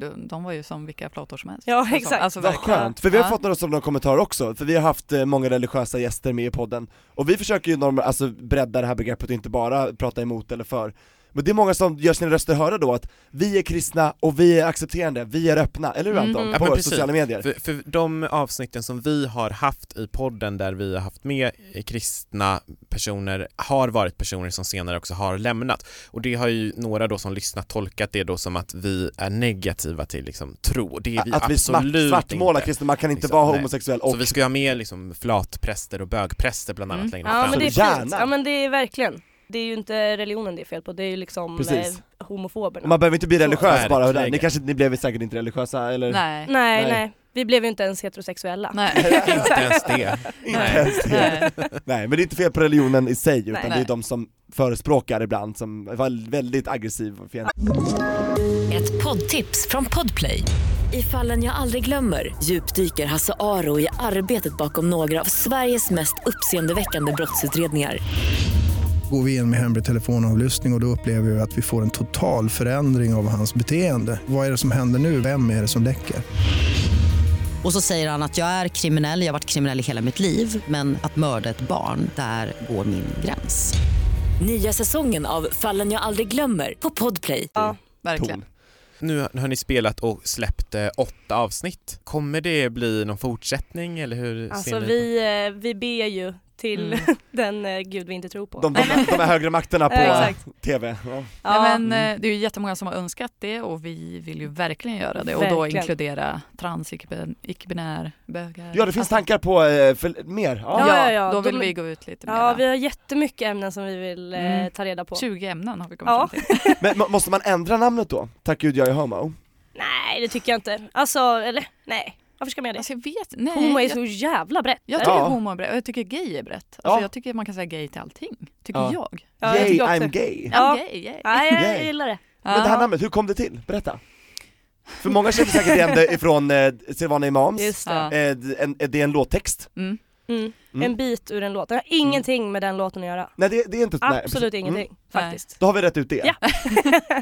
Speaker 4: De, de var ju som vilka flator som helst.
Speaker 5: Ja,
Speaker 4: Alltså,
Speaker 5: exakt.
Speaker 4: Alltså,
Speaker 2: Vad
Speaker 4: verkligen.
Speaker 2: skönt, för vi har
Speaker 4: Ja.
Speaker 2: fått några sådana kommentarer också, för vi har haft eh, många religiösa gäster med i podden och vi försöker ju norm- alltså bredda det här begreppet och inte bara prata emot eller för. Men det är många som gör sina röster hörda då att vi är kristna och vi är accepterande, vi är öppna, eller hur
Speaker 4: Mhm.
Speaker 2: Anton?
Speaker 3: Ja, men
Speaker 2: På
Speaker 3: precis.
Speaker 2: sociala medier.
Speaker 3: För, för de avsnitten som vi har haft i podden där vi har haft med eh, kristna personer har varit personer som senare också har lämnat och det har ju några då som lyssnat tolkat det då som att vi är negativa till liksom tro och det är vi
Speaker 2: att vi
Speaker 3: absolut
Speaker 2: svart, svartmålar
Speaker 3: inte.
Speaker 2: kristna, man kan inte
Speaker 3: Liksom,
Speaker 2: vara
Speaker 3: nej.
Speaker 2: homosexuell och
Speaker 3: Så vi ska ju ha med liksom flatpräster och bögpräster bland annat
Speaker 4: Mm.
Speaker 3: längre
Speaker 5: Ja
Speaker 3: fram.
Speaker 5: men det är
Speaker 2: Gärna.
Speaker 5: fint. Ja men det är verkligen. Det är ju inte religionen det är fel på, det är ju liksom
Speaker 2: Precis.
Speaker 5: eh, homofoberna.
Speaker 2: Man behöver inte bli
Speaker 5: Så.
Speaker 2: religiös bara av det. här.
Speaker 3: Verkligen.
Speaker 2: Ni, kanske, ni blev säkert inte religiösa eller?
Speaker 4: Nej.
Speaker 5: nej,
Speaker 2: Nej.
Speaker 5: nej, Vi blev ju inte ens heterosexuella.
Speaker 4: Nej.
Speaker 3: Inte ens det.
Speaker 2: Inte
Speaker 4: Nej.
Speaker 2: ens det.
Speaker 4: Nej.
Speaker 2: Nej men det är inte fel på religionen i sig utan
Speaker 4: Nej.
Speaker 2: det är de som förespråkar ibland som var väldigt aggressiv och fientlig.
Speaker 1: Ett poddtips från Podplay. I fallen jag aldrig glömmer djupdyker Hasse Aro i arbetet bakom några av Sveriges mest uppseendeväckande brottsutredningar.
Speaker 6: Går vi in med hemlig telefonavlyssning och, och då upplever vi att vi får en total förändring av hans beteende. Vad är det som händer nu? Vem är det som läcker?
Speaker 7: Och så säger han att jag är kriminell, jag har varit kriminell i hela mitt liv men att mörda ett barn, där går min gräns.
Speaker 1: Nya säsongen av Fallen jag aldrig glömmer på Podplay.
Speaker 4: Verkligen.
Speaker 2: ton.
Speaker 3: Nu har ni spelat och släppt eh, åtta avsnitt. Kommer det bli någon fortsättning eller hur
Speaker 5: Alltså
Speaker 3: ser ni på-
Speaker 5: vi, eh, vi ber ju till
Speaker 4: Mm.
Speaker 5: den eh, gud vi inte tror på.
Speaker 2: De, de, de här högre makterna på
Speaker 5: Ja, exakt.
Speaker 2: TV. Ja.
Speaker 5: ja.
Speaker 4: Nej, men,
Speaker 2: Mm.
Speaker 4: eh, det är ju jättemånga som har önskat det och vi vill ju verkligen göra det och då
Speaker 5: Verkligen.
Speaker 4: inkludera trans, icke- icke-binär, bögar.
Speaker 2: ja det finns tankar på eh, för, mer. Ja.
Speaker 4: Ja,
Speaker 5: Alltså- Ja,
Speaker 4: ja,
Speaker 5: ja, ja.
Speaker 4: då vill
Speaker 5: De-
Speaker 4: vi gå ut lite
Speaker 5: ja, vi
Speaker 4: mer.
Speaker 5: har jättemycket ämnen som vi vill eh,
Speaker 4: Mm.
Speaker 5: ta reda på.
Speaker 4: 20 ämnen har vi kommit
Speaker 5: Ja.
Speaker 4: fram till.
Speaker 2: Men må- måste man ändra namnet då? Tack gud jag är homo.
Speaker 5: Nej, det tycker jag inte. Alltså, eller nej. Varför ska man göra det?
Speaker 4: Alltså jag vet nej,
Speaker 5: Homo är
Speaker 4: jag,
Speaker 5: så jävla brett.
Speaker 4: jag tycker
Speaker 2: Ja.
Speaker 4: homo är brett och jag tycker gay är brett. Alltså
Speaker 2: Ja.
Speaker 4: jag tycker man kan säga gay till allting, tycker
Speaker 2: Ja.
Speaker 4: jag.
Speaker 5: Ja, jag
Speaker 2: Yay
Speaker 5: tycker också-
Speaker 2: I'm gay.
Speaker 5: Ja.
Speaker 4: Ja. gay, gay.
Speaker 5: Nej, jag
Speaker 2: Yay.
Speaker 5: gillar det.
Speaker 2: Men det här
Speaker 4: Ja.
Speaker 2: namnet, hur kom det till? Berätta. För många känner säkert igen det ifrån eh, Silvana Imams,
Speaker 5: Just det.
Speaker 4: Mm. Ja.
Speaker 2: eh, d- en, eh, det är en låttext.
Speaker 4: Mm.
Speaker 5: Mm.
Speaker 2: Mm.
Speaker 5: En bit ur en låt. Det har ingenting med den låten att göra.
Speaker 2: Nej det, det är inte... nej,
Speaker 5: Absolut
Speaker 2: precis. Mm.
Speaker 5: ingenting faktiskt.
Speaker 2: Då har vi rätt ut det.
Speaker 5: Ja.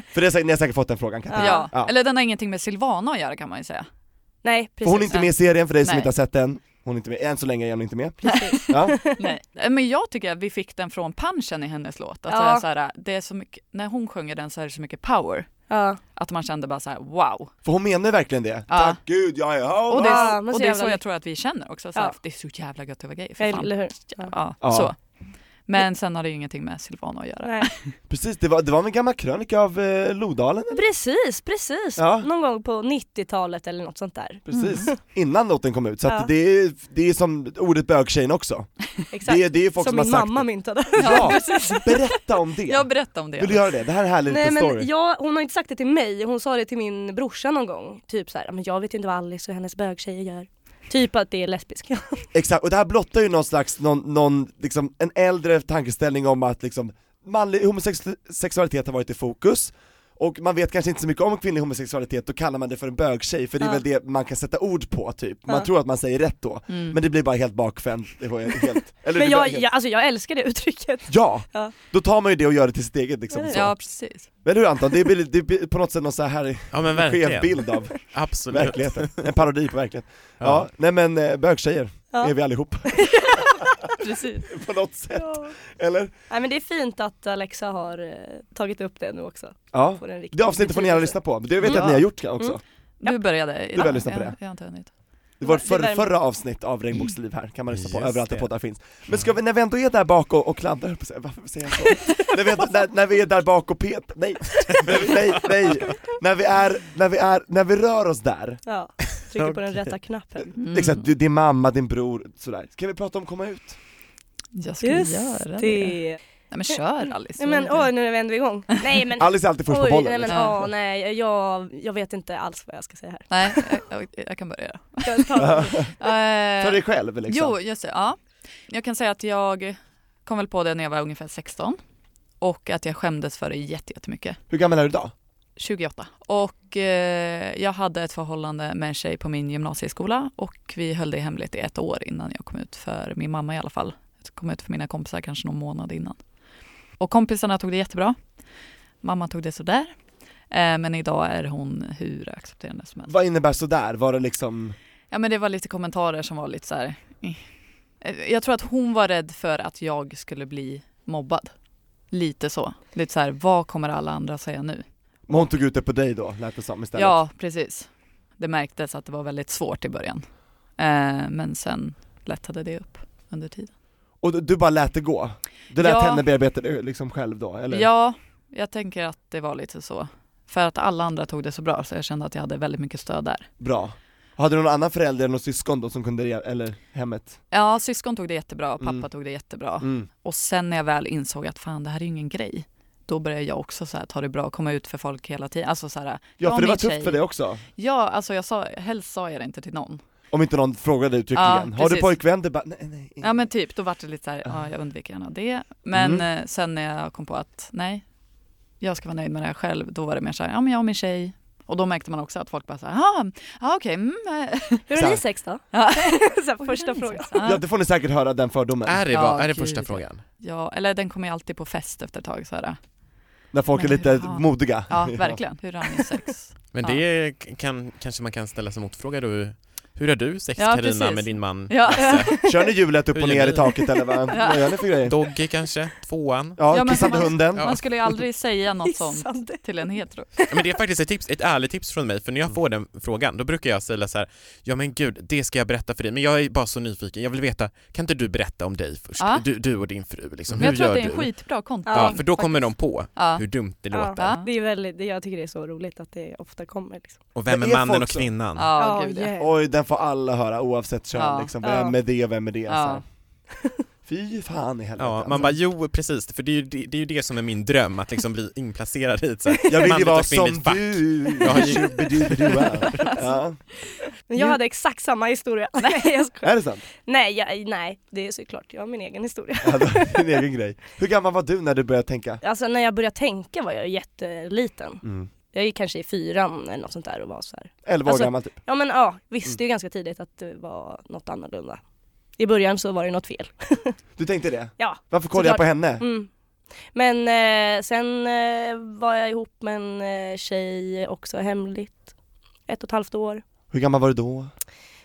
Speaker 2: För det är, säkert- ni har säkert fått den frågan Katarina.
Speaker 4: Ja.
Speaker 2: Ja.
Speaker 4: eller den har ingenting med Silvana att göra kan man ju säga.
Speaker 5: Nej,
Speaker 2: För
Speaker 5: precis.
Speaker 2: hon är inte med i serien för dig som
Speaker 4: Nej.
Speaker 2: inte har sett den. Hon är inte med, än så länge är hon inte med.
Speaker 5: Precis.
Speaker 2: Ja.
Speaker 4: Nej. Eh, Men jag tycker att vi fick den från punchen i hennes låt. Att
Speaker 5: Ja.
Speaker 4: det är så här, det är så mycket, när hon sjunger den så är det så mycket power.
Speaker 5: Ja.
Speaker 4: Att man kände bara så här, wow.
Speaker 2: För hon menar ju verkligen det.
Speaker 4: Ja.
Speaker 2: Tack gud, jag är homo!
Speaker 4: Och det,
Speaker 5: Ja,
Speaker 4: är,
Speaker 5: men
Speaker 4: och
Speaker 5: så
Speaker 4: det är
Speaker 5: jävla
Speaker 4: så jag
Speaker 5: mycket.
Speaker 4: tror att vi känner också. Så här,
Speaker 5: Ja.
Speaker 4: Det är så jävla gött att vara gay. För fan. Alltså.
Speaker 5: Eller hur? Ja.
Speaker 4: Ja,
Speaker 2: Ja.
Speaker 4: Så. Men sen har det ju ingenting med Silvana att göra.
Speaker 5: Nej.
Speaker 2: Precis, det var, det var en gammal krönika av eh, Lodalen.
Speaker 5: Precis, precis.
Speaker 2: Ja.
Speaker 5: Någon gång på 90-talet eller något sånt där.
Speaker 2: Precis, innan låten kom ut. Så att
Speaker 5: Ja.
Speaker 2: det, är, det är som ordet bögtjejen också.
Speaker 5: Exakt.
Speaker 2: Det är, det är folk som,
Speaker 5: som
Speaker 2: har
Speaker 5: min
Speaker 2: sagt
Speaker 5: mamma myntade.
Speaker 2: det. Ja, berätta om det!
Speaker 4: Jag berättar om det.
Speaker 2: Vill du göra det? Det här är en härlig
Speaker 5: Nej
Speaker 2: liten
Speaker 5: men
Speaker 2: story.
Speaker 5: jag, hon har inte sagt det till mig, hon sa det till min brorsa någon gång. Typ så här, men jag vet ju inte vad Alice och hennes bögtjejer gör. Typ att det är lesbisk.
Speaker 2: Exakt, och det här blottar ju någon slags, någon, någon liksom, en äldre tankeställning om att liksom, manlig homosexualitet har varit i fokus, och man vet kanske inte så mycket om kvinnlig homosexualitet, då kallar man det för en bögtjej, för det är
Speaker 5: Ja.
Speaker 2: väl det man kan sätta ord på typ, man
Speaker 5: Ja.
Speaker 2: tror att man säger rätt då,
Speaker 4: Mm.
Speaker 2: men det blir bara helt bakvänt, det var ju helt, eller det
Speaker 5: Men
Speaker 2: blir
Speaker 5: jag,
Speaker 2: helt,
Speaker 5: jag, alltså jag älskar det uttrycket.
Speaker 2: Ja!
Speaker 5: Ja.
Speaker 2: Då tar man ju det och gör det till sitt eget liksom så.
Speaker 4: Ja, precis.
Speaker 2: Eller hur Anton? Det blir, det blir på något sätt någon så här
Speaker 3: Ja
Speaker 2: skev
Speaker 3: men verkligen,
Speaker 2: bild av
Speaker 3: absolut.
Speaker 2: verkligheten, en parodi på verkligheten. Ja,
Speaker 3: Ja.
Speaker 2: nej men eh, bögtjejer
Speaker 5: Ja.
Speaker 2: är vi allihop
Speaker 4: precis.
Speaker 2: på något sätt, eller?
Speaker 5: Nej men det är fint att Alexa har eh, tagit upp det nu också.
Speaker 2: Ja,
Speaker 5: På den riktiga
Speaker 2: Det avsnittet får ni gärna
Speaker 5: betydelsen.
Speaker 2: lyssna på, det vet jag
Speaker 4: Mm.
Speaker 2: att ni har gjort också.
Speaker 4: Du började.
Speaker 2: Du började lyssna på det.
Speaker 4: Jag, jag har inte hunnit.
Speaker 2: Det var
Speaker 5: Det
Speaker 2: för,
Speaker 5: värmer.
Speaker 2: förra avsnitt av Regnbågsliv här, kan man lyssna på
Speaker 3: Just
Speaker 2: överallt där
Speaker 3: det.
Speaker 2: poddar finns. Men ska vi, när vi ändå är där bak och, och kladdar, höll på att säga, varför säger jag så? när, vi, är- när, när vi är där bak och pet, nej, nej, nej, nej. När, vi är, när vi är, när vi rör oss där,
Speaker 5: Ja, trycker på den
Speaker 3: Okej.
Speaker 5: rätta knappen.
Speaker 4: Mm.
Speaker 2: exakt, du, din mamma, din bror, sådär. Kan vi prata om komma ut?
Speaker 4: Mm. Jag skulle göra det. Nej men kör Alice.
Speaker 5: Nej men åh, nu vänder vi igång. Nej men
Speaker 2: Alice är alltid först på
Speaker 5: oj,
Speaker 2: bollen.
Speaker 5: nej men
Speaker 2: liksom.
Speaker 4: liksom.
Speaker 5: åh nej, jag, jag vet inte alls vad jag ska säga här.
Speaker 4: Nej, jag, jag, jag kan börja.
Speaker 5: Jag tar-
Speaker 4: Eh,
Speaker 2: För dig själv liksom.
Speaker 4: Jo, just det. Ja. Jag kan säga att jag kom väl på det när jag var ungefär 16 och att jag skämdes för det jätte- jättemycket.
Speaker 2: Hur gammal är du idag?
Speaker 4: 28. Och eh, jag hade ett förhållande med en tjej på min gymnasieskola och vi höll det hemligt i ett år innan jag kom ut för min mamma i alla fall. Jag kom ut för mina kompisar kanske någon månad innan. Och kompisarna tog det jättebra. Mamma tog det sådär. Eh, men idag är hon hur accepterande som helst.
Speaker 2: Vad innebär sådär? Var det liksom,
Speaker 4: Ja men det var lite kommentarer som var lite så här. eh. Jag tror att hon var rädd för att jag skulle bli mobbad. Lite så. Lite så här, vad kommer alla andra säga nu?
Speaker 2: men hon tog ut det på dig då, lät det som istället?
Speaker 4: Ja, precis. Det märktes att det var väldigt svårt i början. Eh, men sen lättade det upp under tiden.
Speaker 2: Och du, du bara lät det gå? Du lät
Speaker 4: Ja.
Speaker 2: henne bearbeta det liksom själv då, eller?
Speaker 4: Ja, jag tänker att det var lite så. För att alla andra tog det så bra så jag kände att jag hade väldigt mycket stöd där.
Speaker 2: Bra. Hade du någon annan förälder eller någon syskon då som kunde det, eller hemmet?
Speaker 4: Ja, syskon tog det jättebra och pappa
Speaker 2: Mm.
Speaker 4: tog det jättebra.
Speaker 2: Mm.
Speaker 4: Och sen när jag väl insåg att fan det här är ju ingen grej, då började jag också så här, ta det bra och komma ut för folk hela tiden. Alltså så här,
Speaker 2: Ja
Speaker 4: jag
Speaker 2: för det var
Speaker 4: och min
Speaker 2: tufft
Speaker 4: tjej-
Speaker 2: för dig också,
Speaker 4: Ja, alltså jag sa, helst sa jag det inte till någon.
Speaker 2: om inte någon frågade uttryckligen.
Speaker 4: Ja,
Speaker 2: Har du
Speaker 4: precis.
Speaker 2: pojkvän? Det bara, nej nej.
Speaker 4: Ja men typ, då vart det lite så här, ja jag undviker gärna det. Men eh, sen när jag kom på att nej, jag ska vara nöjd med det här själv, då var det mer så här, ja men jag och min tjej. Och då märkte man också att folk bara så här, "Ah, ja okej, mm, eh."
Speaker 5: Hur
Speaker 2: Så
Speaker 5: har
Speaker 2: här.
Speaker 5: ni sex då?
Speaker 4: Ja.
Speaker 5: så här, första frågan.
Speaker 4: Ja.
Speaker 2: Ja det får ni säkert höra den fördomen,
Speaker 3: Är det,
Speaker 4: Ja,
Speaker 3: va- är det
Speaker 4: gud,
Speaker 3: första
Speaker 4: ja.
Speaker 3: frågan?
Speaker 4: Ja, eller den kommer ju alltid på fest efter ett tag så här.
Speaker 2: när folk är
Speaker 4: Men
Speaker 2: lite
Speaker 4: hur har-
Speaker 2: modiga.
Speaker 4: Ja, verkligen. Hur har ni sex?
Speaker 3: Men
Speaker 4: Ja.
Speaker 3: det kan, kanske man kan ställa som motfråga då. Hur har du sex
Speaker 4: Ja,
Speaker 3: Carina
Speaker 4: precis.
Speaker 3: med din man?
Speaker 4: Ja,
Speaker 2: Kör ni hjulet upp
Speaker 3: Hur
Speaker 2: och
Speaker 3: gör
Speaker 2: ner
Speaker 3: ni?
Speaker 2: i taket eller vad, vad gör ni för grejer?
Speaker 3: Doggy kanske? Tvåan?
Speaker 2: Ja,
Speaker 4: Ja, men
Speaker 2: kissande
Speaker 4: man-
Speaker 2: hunden.
Speaker 3: Ja.
Speaker 4: man skulle ju aldrig säga något sånt Typ
Speaker 5: Hissande.
Speaker 4: till en hetero.
Speaker 3: Ja, men det är faktiskt ett, tips, ett ärligt tips från mig, för när jag får den frågan då brukar jag säga så här, ja men gud, det ska jag berätta för dig, men jag är bara så nyfiken, jag vill veta, kan inte du berätta om dig först?
Speaker 4: Ja.
Speaker 3: Du, du och din fru, liksom.
Speaker 4: Men jag
Speaker 3: hur
Speaker 4: tror
Speaker 3: gör
Speaker 4: att det är
Speaker 3: du?
Speaker 4: en skitbra konto.
Speaker 3: Ja, för då kommer de
Speaker 4: faktiskt.
Speaker 3: på
Speaker 4: Ja.
Speaker 3: hur dumt det
Speaker 5: Ja.
Speaker 3: låter.
Speaker 4: Ja.
Speaker 5: Det är väldigt, det- jag tycker det är så roligt att det ofta kommer. Liksom.
Speaker 3: Och vem
Speaker 2: Det
Speaker 3: är
Speaker 2: är
Speaker 3: mannen
Speaker 2: folk
Speaker 3: och
Speaker 2: så.
Speaker 3: kvinnan?
Speaker 4: Ja, gud ja.
Speaker 5: yeah.
Speaker 2: Oj, den får alla höra oavsett kön
Speaker 4: Ja.
Speaker 2: liksom,
Speaker 5: Ja.
Speaker 2: vem är det och vem är det?
Speaker 4: Ja.
Speaker 2: Så. här. Fy fan i helvete
Speaker 3: Ja, man bara
Speaker 2: alltså.
Speaker 3: jo precis, för det är ju det, det, är ju det som är min dröm, att liksom bli inplacerad i ett så här
Speaker 2: Jag vill ju
Speaker 3: manligt
Speaker 2: vara
Speaker 3: och
Speaker 2: som
Speaker 3: kvinnligt fack.
Speaker 2: du!
Speaker 3: Jag har ju-
Speaker 2: Tjubidubidua. ja.
Speaker 5: Men jag hade exakt samma historia. nej, jag skojar.
Speaker 2: Är det sant?
Speaker 5: nej, jag, nej, det är såklart, jag har min egen historia.
Speaker 2: Ja, det är din egen grej. Hur gammal var du när du började tänka?
Speaker 5: Alltså när jag började tänka var jag jätteliten.
Speaker 2: Mm.
Speaker 5: Jag gick kanske i fyran eller något sånt där och var så här.
Speaker 2: 11
Speaker 5: Alltså-
Speaker 2: år gammal typ.
Speaker 5: Ja men ja, visste
Speaker 2: Mm.
Speaker 5: ju ganska tidigt att det var något annorlunda. I början så var det något fel.
Speaker 2: Du tänkte det?
Speaker 5: Ja,
Speaker 2: Varför kollar jag på
Speaker 5: såklart.
Speaker 2: henne?
Speaker 5: Mm. Men eh, sen eh, var jag ihop med en eh, tjej också hemligt. Ett och ett halvt år.
Speaker 2: Hur gammal var du då?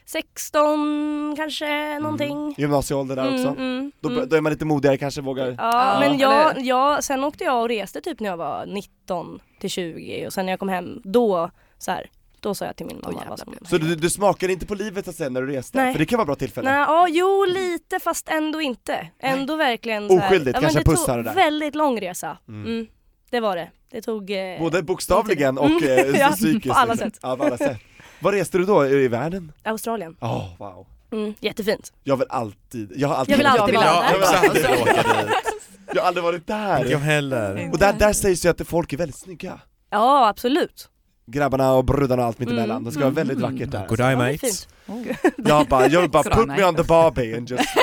Speaker 5: 16 kanske någonting.
Speaker 2: Gymnasieålder Mm. där också?
Speaker 5: Mm, mm,
Speaker 2: Då, bör-
Speaker 5: mm.
Speaker 2: då är man lite modigare kanske, vågar...
Speaker 5: Ja,
Speaker 4: Ja,
Speaker 5: men jag,
Speaker 4: eller
Speaker 5: jag, sen åkte jag och reste typ när jag var 19 till 20 och sen när jag kom hem då så här, då sa jag till min mamma
Speaker 4: jävlar
Speaker 5: vad som
Speaker 4: blev det.
Speaker 2: Så du, du smakade inte på livet så att säga när du reste?
Speaker 5: Nej.
Speaker 2: För det kan vara bra tillfälle.
Speaker 5: Nej, ja, jo lite fast ändå inte. Ändå verkligen så här-
Speaker 2: Oskyldigt,
Speaker 5: men
Speaker 2: kanske
Speaker 5: det
Speaker 2: pussar det där.
Speaker 5: tog väldigt lång resa.
Speaker 2: Mm.
Speaker 5: Mm. det var det. Det tog... Eh,
Speaker 2: Både bokstavligen och
Speaker 5: Mm.
Speaker 2: eh,
Speaker 5: Ja,
Speaker 2: psykiskt.
Speaker 5: på alla
Speaker 2: liksom.
Speaker 5: sätt.
Speaker 2: Ja, på alla sätt. Var reste du då? I världen?
Speaker 5: Australien.
Speaker 2: Åh, wow.
Speaker 5: Mm, jättefint.
Speaker 2: Jag vill alltid, jag har alltid
Speaker 5: Jag vill alltid
Speaker 2: jag,
Speaker 5: vara
Speaker 3: Jag
Speaker 5: där.
Speaker 3: har också aldrig åkt dit.
Speaker 2: jag har aldrig varit
Speaker 3: Jag
Speaker 2: där.
Speaker 3: heller.
Speaker 2: Och där, där sägs ju att folk är väldigt snygga.
Speaker 5: Ja, absolut.
Speaker 2: Grabbarna och brudarna och allt mittemellan,
Speaker 5: Mm.
Speaker 2: det ska vara väldigt vackert där.
Speaker 3: Good eye
Speaker 5: Ja, det är
Speaker 3: mates.
Speaker 5: fint.
Speaker 4: Oh.
Speaker 2: Jag bara, jag vill bara put me
Speaker 4: Corona.
Speaker 2: on the Barbie and just go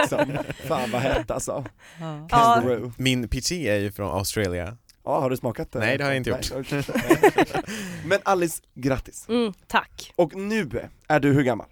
Speaker 2: liksom. Fan vad hett alltså.
Speaker 4: Ja.
Speaker 5: Ja.
Speaker 2: Kangaroo.
Speaker 3: Min pitché är ju från Australien.
Speaker 2: Ja, har du smakat det?
Speaker 3: Nej, det har jag inte gjort.
Speaker 2: Nej, okej. Men Alice, grattis.
Speaker 5: Mm, tack.
Speaker 2: Och nu är du hur gammal?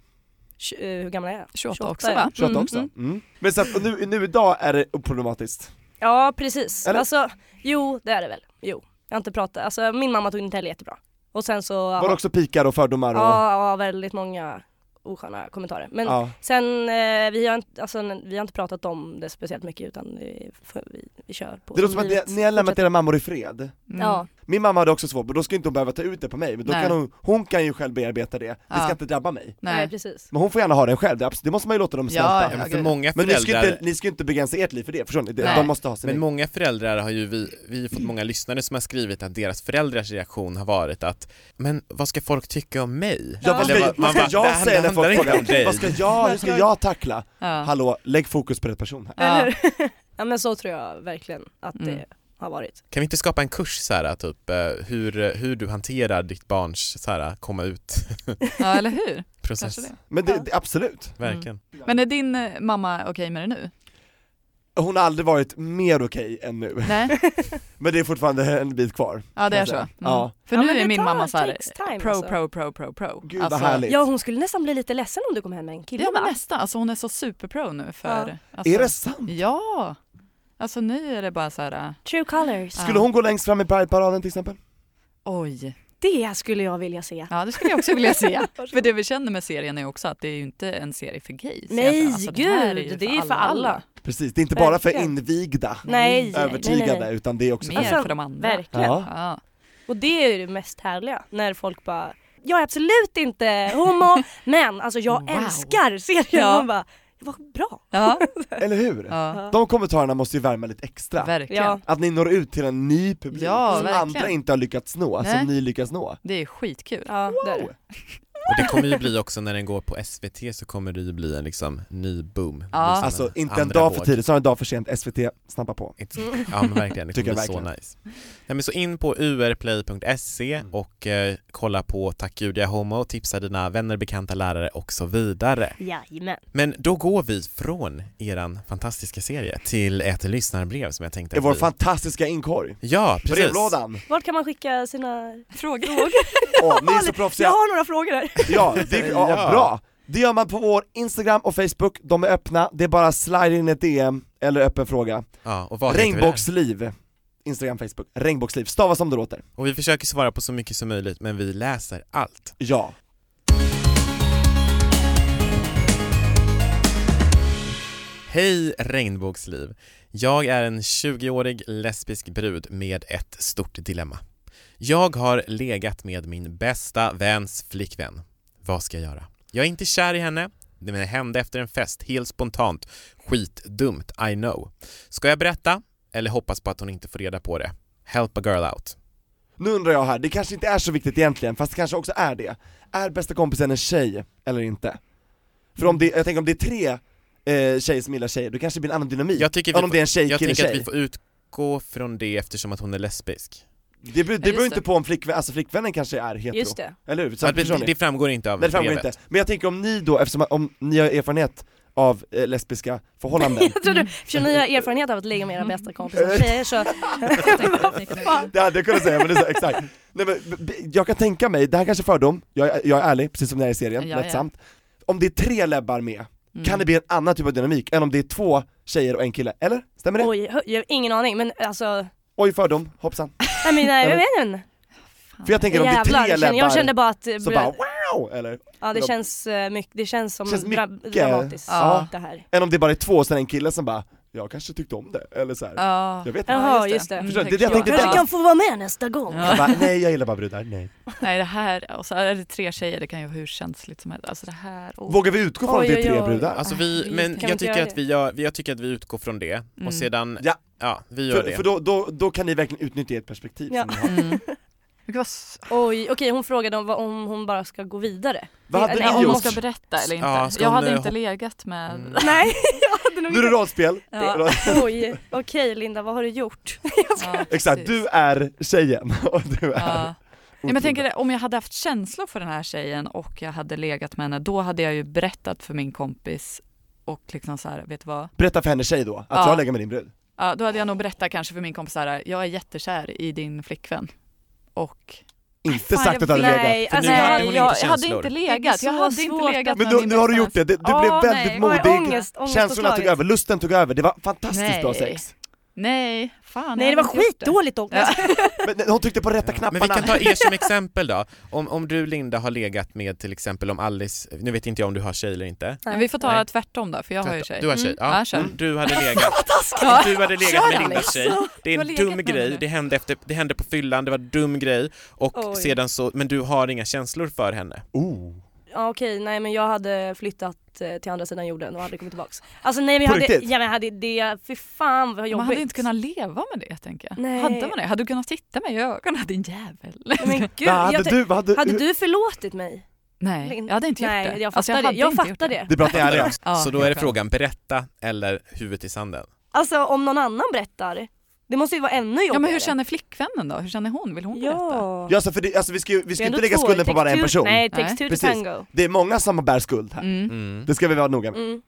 Speaker 5: Tj- eh, hur gammal är jag?
Speaker 4: 28
Speaker 5: 28,
Speaker 4: också
Speaker 5: ja.
Speaker 4: va?
Speaker 2: 28
Speaker 5: Mm,
Speaker 2: också?
Speaker 5: mm.
Speaker 2: Mm. Men så att, och nu, nu idag är det oproblematiskt.
Speaker 5: Ja, precis.
Speaker 2: Eller?
Speaker 5: Alltså, jo, det är det väl. Jo. Jag har inte pratat. Alltså, min mamma tog det inte heller jättebra. Och sen så...
Speaker 2: Var det också pikar och fördomar och...
Speaker 5: ja, ja, väldigt många osköna kommentarer. Men
Speaker 2: Ja.
Speaker 5: Sen, eh, vi, har inte, alltså, vi har inte pratat om det speciellt mycket utan vi, vi, vi kör på
Speaker 2: Det låter
Speaker 5: som
Speaker 2: som att ni,
Speaker 5: livet
Speaker 2: ni har lämnat
Speaker 5: fortsätter.
Speaker 2: era mammor i fred.
Speaker 4: Mm.
Speaker 5: Ja,
Speaker 2: Min mamma hade också svårt, men då ska inte hon behöva ta ut det på mig, men då
Speaker 4: Nej.
Speaker 2: kan hon, hon kan ju själv bearbeta det, det ska
Speaker 4: Ja.
Speaker 2: inte drabba mig.
Speaker 5: nej,
Speaker 4: Nej.
Speaker 5: precis.
Speaker 2: Men hon får gärna ha den själv, det, är abs- det måste man ju låta dem
Speaker 4: Ja,
Speaker 2: smälta.
Speaker 3: Ja, men
Speaker 4: gud.
Speaker 3: för många
Speaker 2: men ni ska, ju
Speaker 3: föräldrar
Speaker 2: inte, ni ska ju inte begränsa ert liv för det, förstår ni? Det,
Speaker 4: Nej.
Speaker 2: de måste ha sin
Speaker 3: Men
Speaker 2: egen.
Speaker 3: många föräldrar har ju, vi, vi har ju fått många lyssnare som har skrivit att deras föräldrars reaktion har varit att Men vad ska folk tycka om mig?
Speaker 2: Ja, vad ska,
Speaker 3: Eller
Speaker 2: jag- vad ska
Speaker 3: man bara, "Det
Speaker 2: jag
Speaker 3: här
Speaker 2: säga när
Speaker 3: handlar
Speaker 2: folk
Speaker 3: inte om
Speaker 2: frågar?
Speaker 3: dig."
Speaker 2: Vad ska jag, hur ska jag tackla?
Speaker 4: Ja.
Speaker 2: Hallå, lägg fokus på rätt person här.
Speaker 4: Ja.
Speaker 5: Eller? Ja men så tror jag verkligen att
Speaker 4: Mm.
Speaker 5: det har varit.
Speaker 3: Kan vi inte skapa en kurs så här, typ eh, hur, hur du hanterar ditt barns så här, komma ut-process?
Speaker 4: ja, eller hur? Kanske det.
Speaker 2: Men det, Mm. det, absolut,
Speaker 3: Verkligen.
Speaker 4: Men är din eh, mamma okej med det nu?
Speaker 2: hon har aldrig varit mer okej än nu,
Speaker 4: Nej?
Speaker 2: men det är fortfarande en bit kvar.
Speaker 4: Ja det är
Speaker 2: jag
Speaker 4: så.
Speaker 2: säga.
Speaker 4: Mm.
Speaker 2: Ja.
Speaker 4: För
Speaker 5: Ja,
Speaker 4: nu
Speaker 5: men
Speaker 4: är
Speaker 5: det
Speaker 4: min
Speaker 5: tar-
Speaker 4: mamma så här,
Speaker 5: takes time,
Speaker 4: pro,
Speaker 5: alltså.
Speaker 4: pro, pro, pro, pro. Alltså,
Speaker 2: Gud vad härligt.
Speaker 5: Ja hon skulle nästan bli lite ledsen om du kom hem med en kille
Speaker 4: Ja men
Speaker 5: va?
Speaker 4: nästan, alltså hon är så superpro nu för... Alltså,
Speaker 2: Är det sant?
Speaker 4: Ja! Alltså nu är det bara så här, äh,
Speaker 5: True colors.
Speaker 2: Skulle hon gå längst fram i Pride-paraden till exempel?
Speaker 4: oj.
Speaker 5: Det skulle jag vilja se.
Speaker 4: Ja det skulle jag också vilja se. för det vi känner med serien är också att det är ju inte en serie för gays.
Speaker 5: Nej,
Speaker 4: egentligen. Alltså, här
Speaker 5: gud, det är ju för alla.
Speaker 2: Precis, det är inte bara för
Speaker 5: Verkligen.
Speaker 2: invigda
Speaker 5: Nej,
Speaker 2: övertygade
Speaker 5: nej, nej.
Speaker 2: utan det är också
Speaker 4: Mer
Speaker 5: Alltså,
Speaker 4: för de andra.
Speaker 5: Verkligen.
Speaker 2: Ja.
Speaker 4: Ja.
Speaker 5: Och det är ju det mest härliga när folk bara jag är absolut inte homo men alltså jag
Speaker 4: Wow.
Speaker 5: älskar serien.
Speaker 4: Ja.
Speaker 5: Man bara, vad bra.
Speaker 4: Ja,
Speaker 2: Eller hur?
Speaker 4: ja,
Speaker 2: De kommentarerna måste ju värma lite extra.
Speaker 4: verkligen.
Speaker 5: Ja.
Speaker 2: Att ni når ut till en ny publik
Speaker 4: Ja,
Speaker 2: som
Speaker 4: verkligen.
Speaker 2: andra inte har lyckats nå,
Speaker 4: Nej.
Speaker 2: som ni lyckas nå.
Speaker 4: Det är skitkul.
Speaker 5: Ja, det är det.
Speaker 3: Och det kommer ju bli också när den går på SVT så kommer det ju bli en liksom ny boom. Det blir
Speaker 4: Ja.
Speaker 3: som
Speaker 2: Alltså inte en
Speaker 3: andra
Speaker 2: dag för
Speaker 3: våg.
Speaker 2: tidigt, snarare en dag för sent, SVT, snabba på.
Speaker 3: Inte- Ja men verkligen, det
Speaker 2: Tycker
Speaker 3: kommer
Speaker 2: jag
Speaker 3: bli så
Speaker 2: verkligen.
Speaker 3: nice. Nej, men så in på urplay.se
Speaker 2: Mm.
Speaker 3: och eh, kolla på Tack Gud Jag är Homo, tipsa dina vänner, bekanta, lärare och så vidare.
Speaker 5: Jajamän.
Speaker 3: Men då går vi från eran fantastiska serie till ett lyssnarbrev som jag tänkte
Speaker 2: I vår
Speaker 3: vi-
Speaker 2: fantastiska inkorg.
Speaker 3: Ja, precis.
Speaker 2: Brevlådan!
Speaker 5: Vart kan man skicka sina
Speaker 4: Frågor?
Speaker 2: Åh, ni är så
Speaker 5: Jag
Speaker 2: proffsiga!
Speaker 5: har några frågor här.
Speaker 2: Ja, det, ja,
Speaker 3: Ja.
Speaker 2: bra! Det gör man på vår Instagram och Facebook, de är öppna, det är bara slide in ett DM eller öppen fråga.
Speaker 3: Ja, och vad heter vi där?
Speaker 2: Regnbågsliv, Instagram, Facebook, regnbågsliv, stava som det låter.
Speaker 3: Och vi försöker svara på så mycket som möjligt men vi läser allt.
Speaker 2: Ja.
Speaker 3: Hej regnbågsliv! Jag är en 20-årig lesbisk brud med ett stort dilemma. Jag har legat med min bästa väns flickvän. Vad ska jag göra? Jag är inte kär i henne, men det hände efter en fest helt spontant. Skitdumt, I know. Ska jag berätta? Eller hoppas på att hon inte får reda på det? Help a girl out.
Speaker 2: Nu undrar jag här, det kanske inte är så viktigt egentligen, fast det kanske också är det. Är bästa kompisen en tjej eller inte? För om det, jag tänker om det är tre eh, tjejer som gillar tjejer, då kanske det blir en annan dynamik.
Speaker 3: Jag tycker vi
Speaker 2: Än om
Speaker 3: får-
Speaker 2: det är en tjej,
Speaker 3: Jag
Speaker 2: kille,
Speaker 3: tänker att vi
Speaker 2: tjej.
Speaker 3: får utgå från det eftersom att hon är lesbisk.
Speaker 2: Det beror, det
Speaker 4: just
Speaker 2: beror inte
Speaker 4: det.
Speaker 2: på om flickvän, alltså flickvännen kanske är hetero,
Speaker 5: Just det.
Speaker 2: eller hur? Så
Speaker 3: Ja,
Speaker 2: att,
Speaker 3: det,
Speaker 2: förstår
Speaker 3: det,
Speaker 2: ni?
Speaker 3: det framgår inte av
Speaker 2: Nej, det framgår
Speaker 3: brevet.
Speaker 2: inte. Men jag tänker om ni då, eftersom att- om ni har erfarenhet av eh, lesbiska förhållanden,
Speaker 5: Jag tror du, eftersom ni har erfarenhet av att ligga med era bästa kompisar tjejer så,
Speaker 2: det hade jag kunnat säga, men det är så, exakt. Nej, men, b- b- jag kan tänka mig, det här kanske är fördom, jag, är- jag är ärlig, precis som när jag är i serien,
Speaker 4: Ja, ja.
Speaker 2: lättsamt. Om det är tre läbbar med,
Speaker 4: Mm.
Speaker 2: kan det bli en annan typ av dynamik än om det är två tjejer och en kille, eller? Stämmer det? Oj,
Speaker 5: oj, hö- jag har ingen aning men alltså,
Speaker 2: fördom, hoppsan.
Speaker 5: nej men nej, jag vet inte.
Speaker 2: För jag tänker om det är
Speaker 5: Jävlar,
Speaker 2: tre
Speaker 5: jag kände, jag
Speaker 2: läbbar,
Speaker 5: kände bara att eh,
Speaker 2: så bara wow! Eller?
Speaker 5: ja, det, känns, eh, mycket, det känns som
Speaker 2: Känns
Speaker 5: dra-
Speaker 2: mycket.
Speaker 5: dramatiskt
Speaker 2: Ja.
Speaker 5: det här.
Speaker 2: Än om det bara är två och sen en kille som bara, jag kanske tyckte om det, eller så här.
Speaker 4: Ja.
Speaker 2: Jag vet inte.
Speaker 5: Jaha, just det.
Speaker 4: Mm,
Speaker 2: Förstår du?
Speaker 4: tack
Speaker 2: Det jag
Speaker 4: så
Speaker 2: tänkte
Speaker 4: mycket.
Speaker 2: direkt.
Speaker 5: Kanske kan få vara med nästa gång.
Speaker 4: Ja.
Speaker 2: Jag bara, nej jag gillar bara brudar, nej.
Speaker 4: Nej det här, och så är det tre tjejer, det kan ju vara hur känsligt som helst. Alltså det här, åh.
Speaker 2: Vågar vi utgå från att det är
Speaker 5: Oj, oj,
Speaker 2: tre
Speaker 5: oj.
Speaker 2: brudar?
Speaker 3: Alltså
Speaker 4: Ah,
Speaker 3: vi,
Speaker 4: vi
Speaker 3: men
Speaker 5: kan
Speaker 3: jag
Speaker 5: inte göra
Speaker 3: tycker, att
Speaker 5: det.
Speaker 3: vi gör, jag tycker att vi utgår från det
Speaker 4: Mm.
Speaker 3: och sedan,
Speaker 2: Ja.
Speaker 3: ja vi gör
Speaker 2: För,
Speaker 3: det.
Speaker 2: för då, då, då kan ni verkligen utnyttja ert perspektiv
Speaker 5: Ja.
Speaker 2: som ni har.
Speaker 4: Mm. Det kan vara s-
Speaker 5: Oj, okej hon frågade om, vad- om hon bara ska gå vidare.
Speaker 2: Vad hade
Speaker 4: Nej,
Speaker 2: ni
Speaker 4: om hon
Speaker 2: gjort?
Speaker 4: ska berätta eller inte.
Speaker 3: Ja, ska
Speaker 4: jag
Speaker 3: hon,
Speaker 4: hade
Speaker 3: eh,
Speaker 4: inte
Speaker 3: hop-
Speaker 4: legat med...
Speaker 3: Mm.
Speaker 5: Nej, jag hade nog
Speaker 2: Nu är det rollspel,
Speaker 5: Ja. Oj, okej Linda vad har du gjort?
Speaker 4: Ja,
Speaker 2: exakt,
Speaker 4: precis.
Speaker 2: du är tjejen och du är
Speaker 4: Ja. Ja, men jag
Speaker 2: otrogen.
Speaker 4: tänker om jag hade haft känslor för den här tjejen och jag hade legat med henne, då hade jag ju berättat för min kompis och liksom så här, vet du vad?
Speaker 2: Berätta för henne tjej då, att
Speaker 4: Ja.
Speaker 2: jag lägger med din brud.
Speaker 4: Ja, då hade jag nog berättat kanske för min kompis så här, jag är jättekär i din flickvän. Och
Speaker 2: Inte
Speaker 4: Fan,
Speaker 2: sagt
Speaker 4: jag
Speaker 2: att du hade
Speaker 5: vet-
Speaker 2: legat.
Speaker 5: Nej,
Speaker 3: För nu
Speaker 5: alltså,
Speaker 3: hade hon
Speaker 4: jag,
Speaker 3: inte
Speaker 4: jag hade
Speaker 3: känslor.
Speaker 4: inte
Speaker 5: Det är
Speaker 4: legat,
Speaker 5: så
Speaker 4: jag hade inte
Speaker 5: svårt.
Speaker 4: legat
Speaker 2: Men
Speaker 4: med
Speaker 2: då,
Speaker 4: min
Speaker 2: nu har du
Speaker 4: bästa
Speaker 2: gjort det, du, du
Speaker 4: Ja,
Speaker 2: blev väldigt
Speaker 4: nej.
Speaker 5: Oj,
Speaker 2: modig,
Speaker 5: ångest, ångest
Speaker 2: känslorna
Speaker 5: och
Speaker 2: tog
Speaker 5: slaget.
Speaker 2: över, lusten tog över, det var fantastiskt bra
Speaker 4: Nej.
Speaker 2: sex.
Speaker 4: Nej, fan.
Speaker 5: Nej det
Speaker 4: jag
Speaker 5: var
Speaker 4: hade inte gjort det.
Speaker 5: skitdåligt dock.
Speaker 4: Ja.
Speaker 2: Men nej, hon tryckte på rätta
Speaker 3: Men vi
Speaker 2: knapparna.
Speaker 3: kan ta er som exempel då. Om, om du Linda har legat med till exempel om Alice, nu vet inte jag om du har tjej eller inte.
Speaker 4: Men vi får ta
Speaker 3: Nej.
Speaker 4: tvärtom då, för jag har ju tjej.
Speaker 3: Du har tjej,
Speaker 4: Ja,
Speaker 3: ja.
Speaker 4: kör.
Speaker 3: Mm. Du hade legat,
Speaker 4: Ja.
Speaker 3: du hade legat
Speaker 4: Kör,
Speaker 3: med Lindas
Speaker 4: Alice.
Speaker 3: tjej. Det är
Speaker 4: Du har
Speaker 3: en
Speaker 4: legat
Speaker 3: dum
Speaker 4: med henne
Speaker 3: grej,
Speaker 4: nu.
Speaker 3: det hände, efter, det hände på fyllan, det var en dum grej och
Speaker 5: Oj.
Speaker 3: sedan så, men du har inga känslor för henne.
Speaker 2: Oh.
Speaker 5: Ja okej, nej men jag hade flyttat eh, till andra sidan jorden och aldrig kommit tillbaks. Alltså nej men jag
Speaker 2: På
Speaker 5: hade,
Speaker 2: riktigt?
Speaker 5: ja, men jag hade det, fy fan vad jobbigt.
Speaker 4: Man hade inte kunnat leva med det tänker jag.
Speaker 5: Nej.
Speaker 4: Hade man det? Hade du kunnat titta mig i ögonen din jävel?
Speaker 5: Nej, Men gud,
Speaker 2: Vad hade
Speaker 5: jag tänkte-
Speaker 2: du, vad hade,
Speaker 5: hade
Speaker 2: hur-
Speaker 5: du förlåtit mig?
Speaker 4: Nej, jag hade inte gjort
Speaker 5: nej,
Speaker 4: det.
Speaker 5: jag fattar
Speaker 4: Alltså,
Speaker 5: det.
Speaker 4: hade
Speaker 5: Jag
Speaker 4: inte gjort
Speaker 5: fattar det.
Speaker 2: Det är bra att ni är ärliga.
Speaker 4: Ja,
Speaker 3: så då är det
Speaker 4: helt klart.
Speaker 3: frågan berätta eller huvudet i sanden.
Speaker 5: Alltså om någon annan berättar, det måste ju vara ännu jobbigare.
Speaker 4: Ja men hur känner flickvännen då? Hur känner hon? Vill hon berätta?
Speaker 5: Ja.
Speaker 2: Ja, alltså, för det, alltså, vi ska ju vi
Speaker 5: Det
Speaker 2: ska
Speaker 5: är
Speaker 2: inte
Speaker 5: ändå
Speaker 2: lägga
Speaker 5: två.
Speaker 2: skulden på
Speaker 5: Takes
Speaker 2: bara en
Speaker 5: two-
Speaker 2: person.
Speaker 5: Nej,
Speaker 4: Nej.
Speaker 5: takes two to
Speaker 2: Precis.
Speaker 5: tango.
Speaker 2: Det är många som bär skuld här,
Speaker 4: Mm.
Speaker 3: Mm.
Speaker 2: det ska vi vara noga med.
Speaker 5: Mm.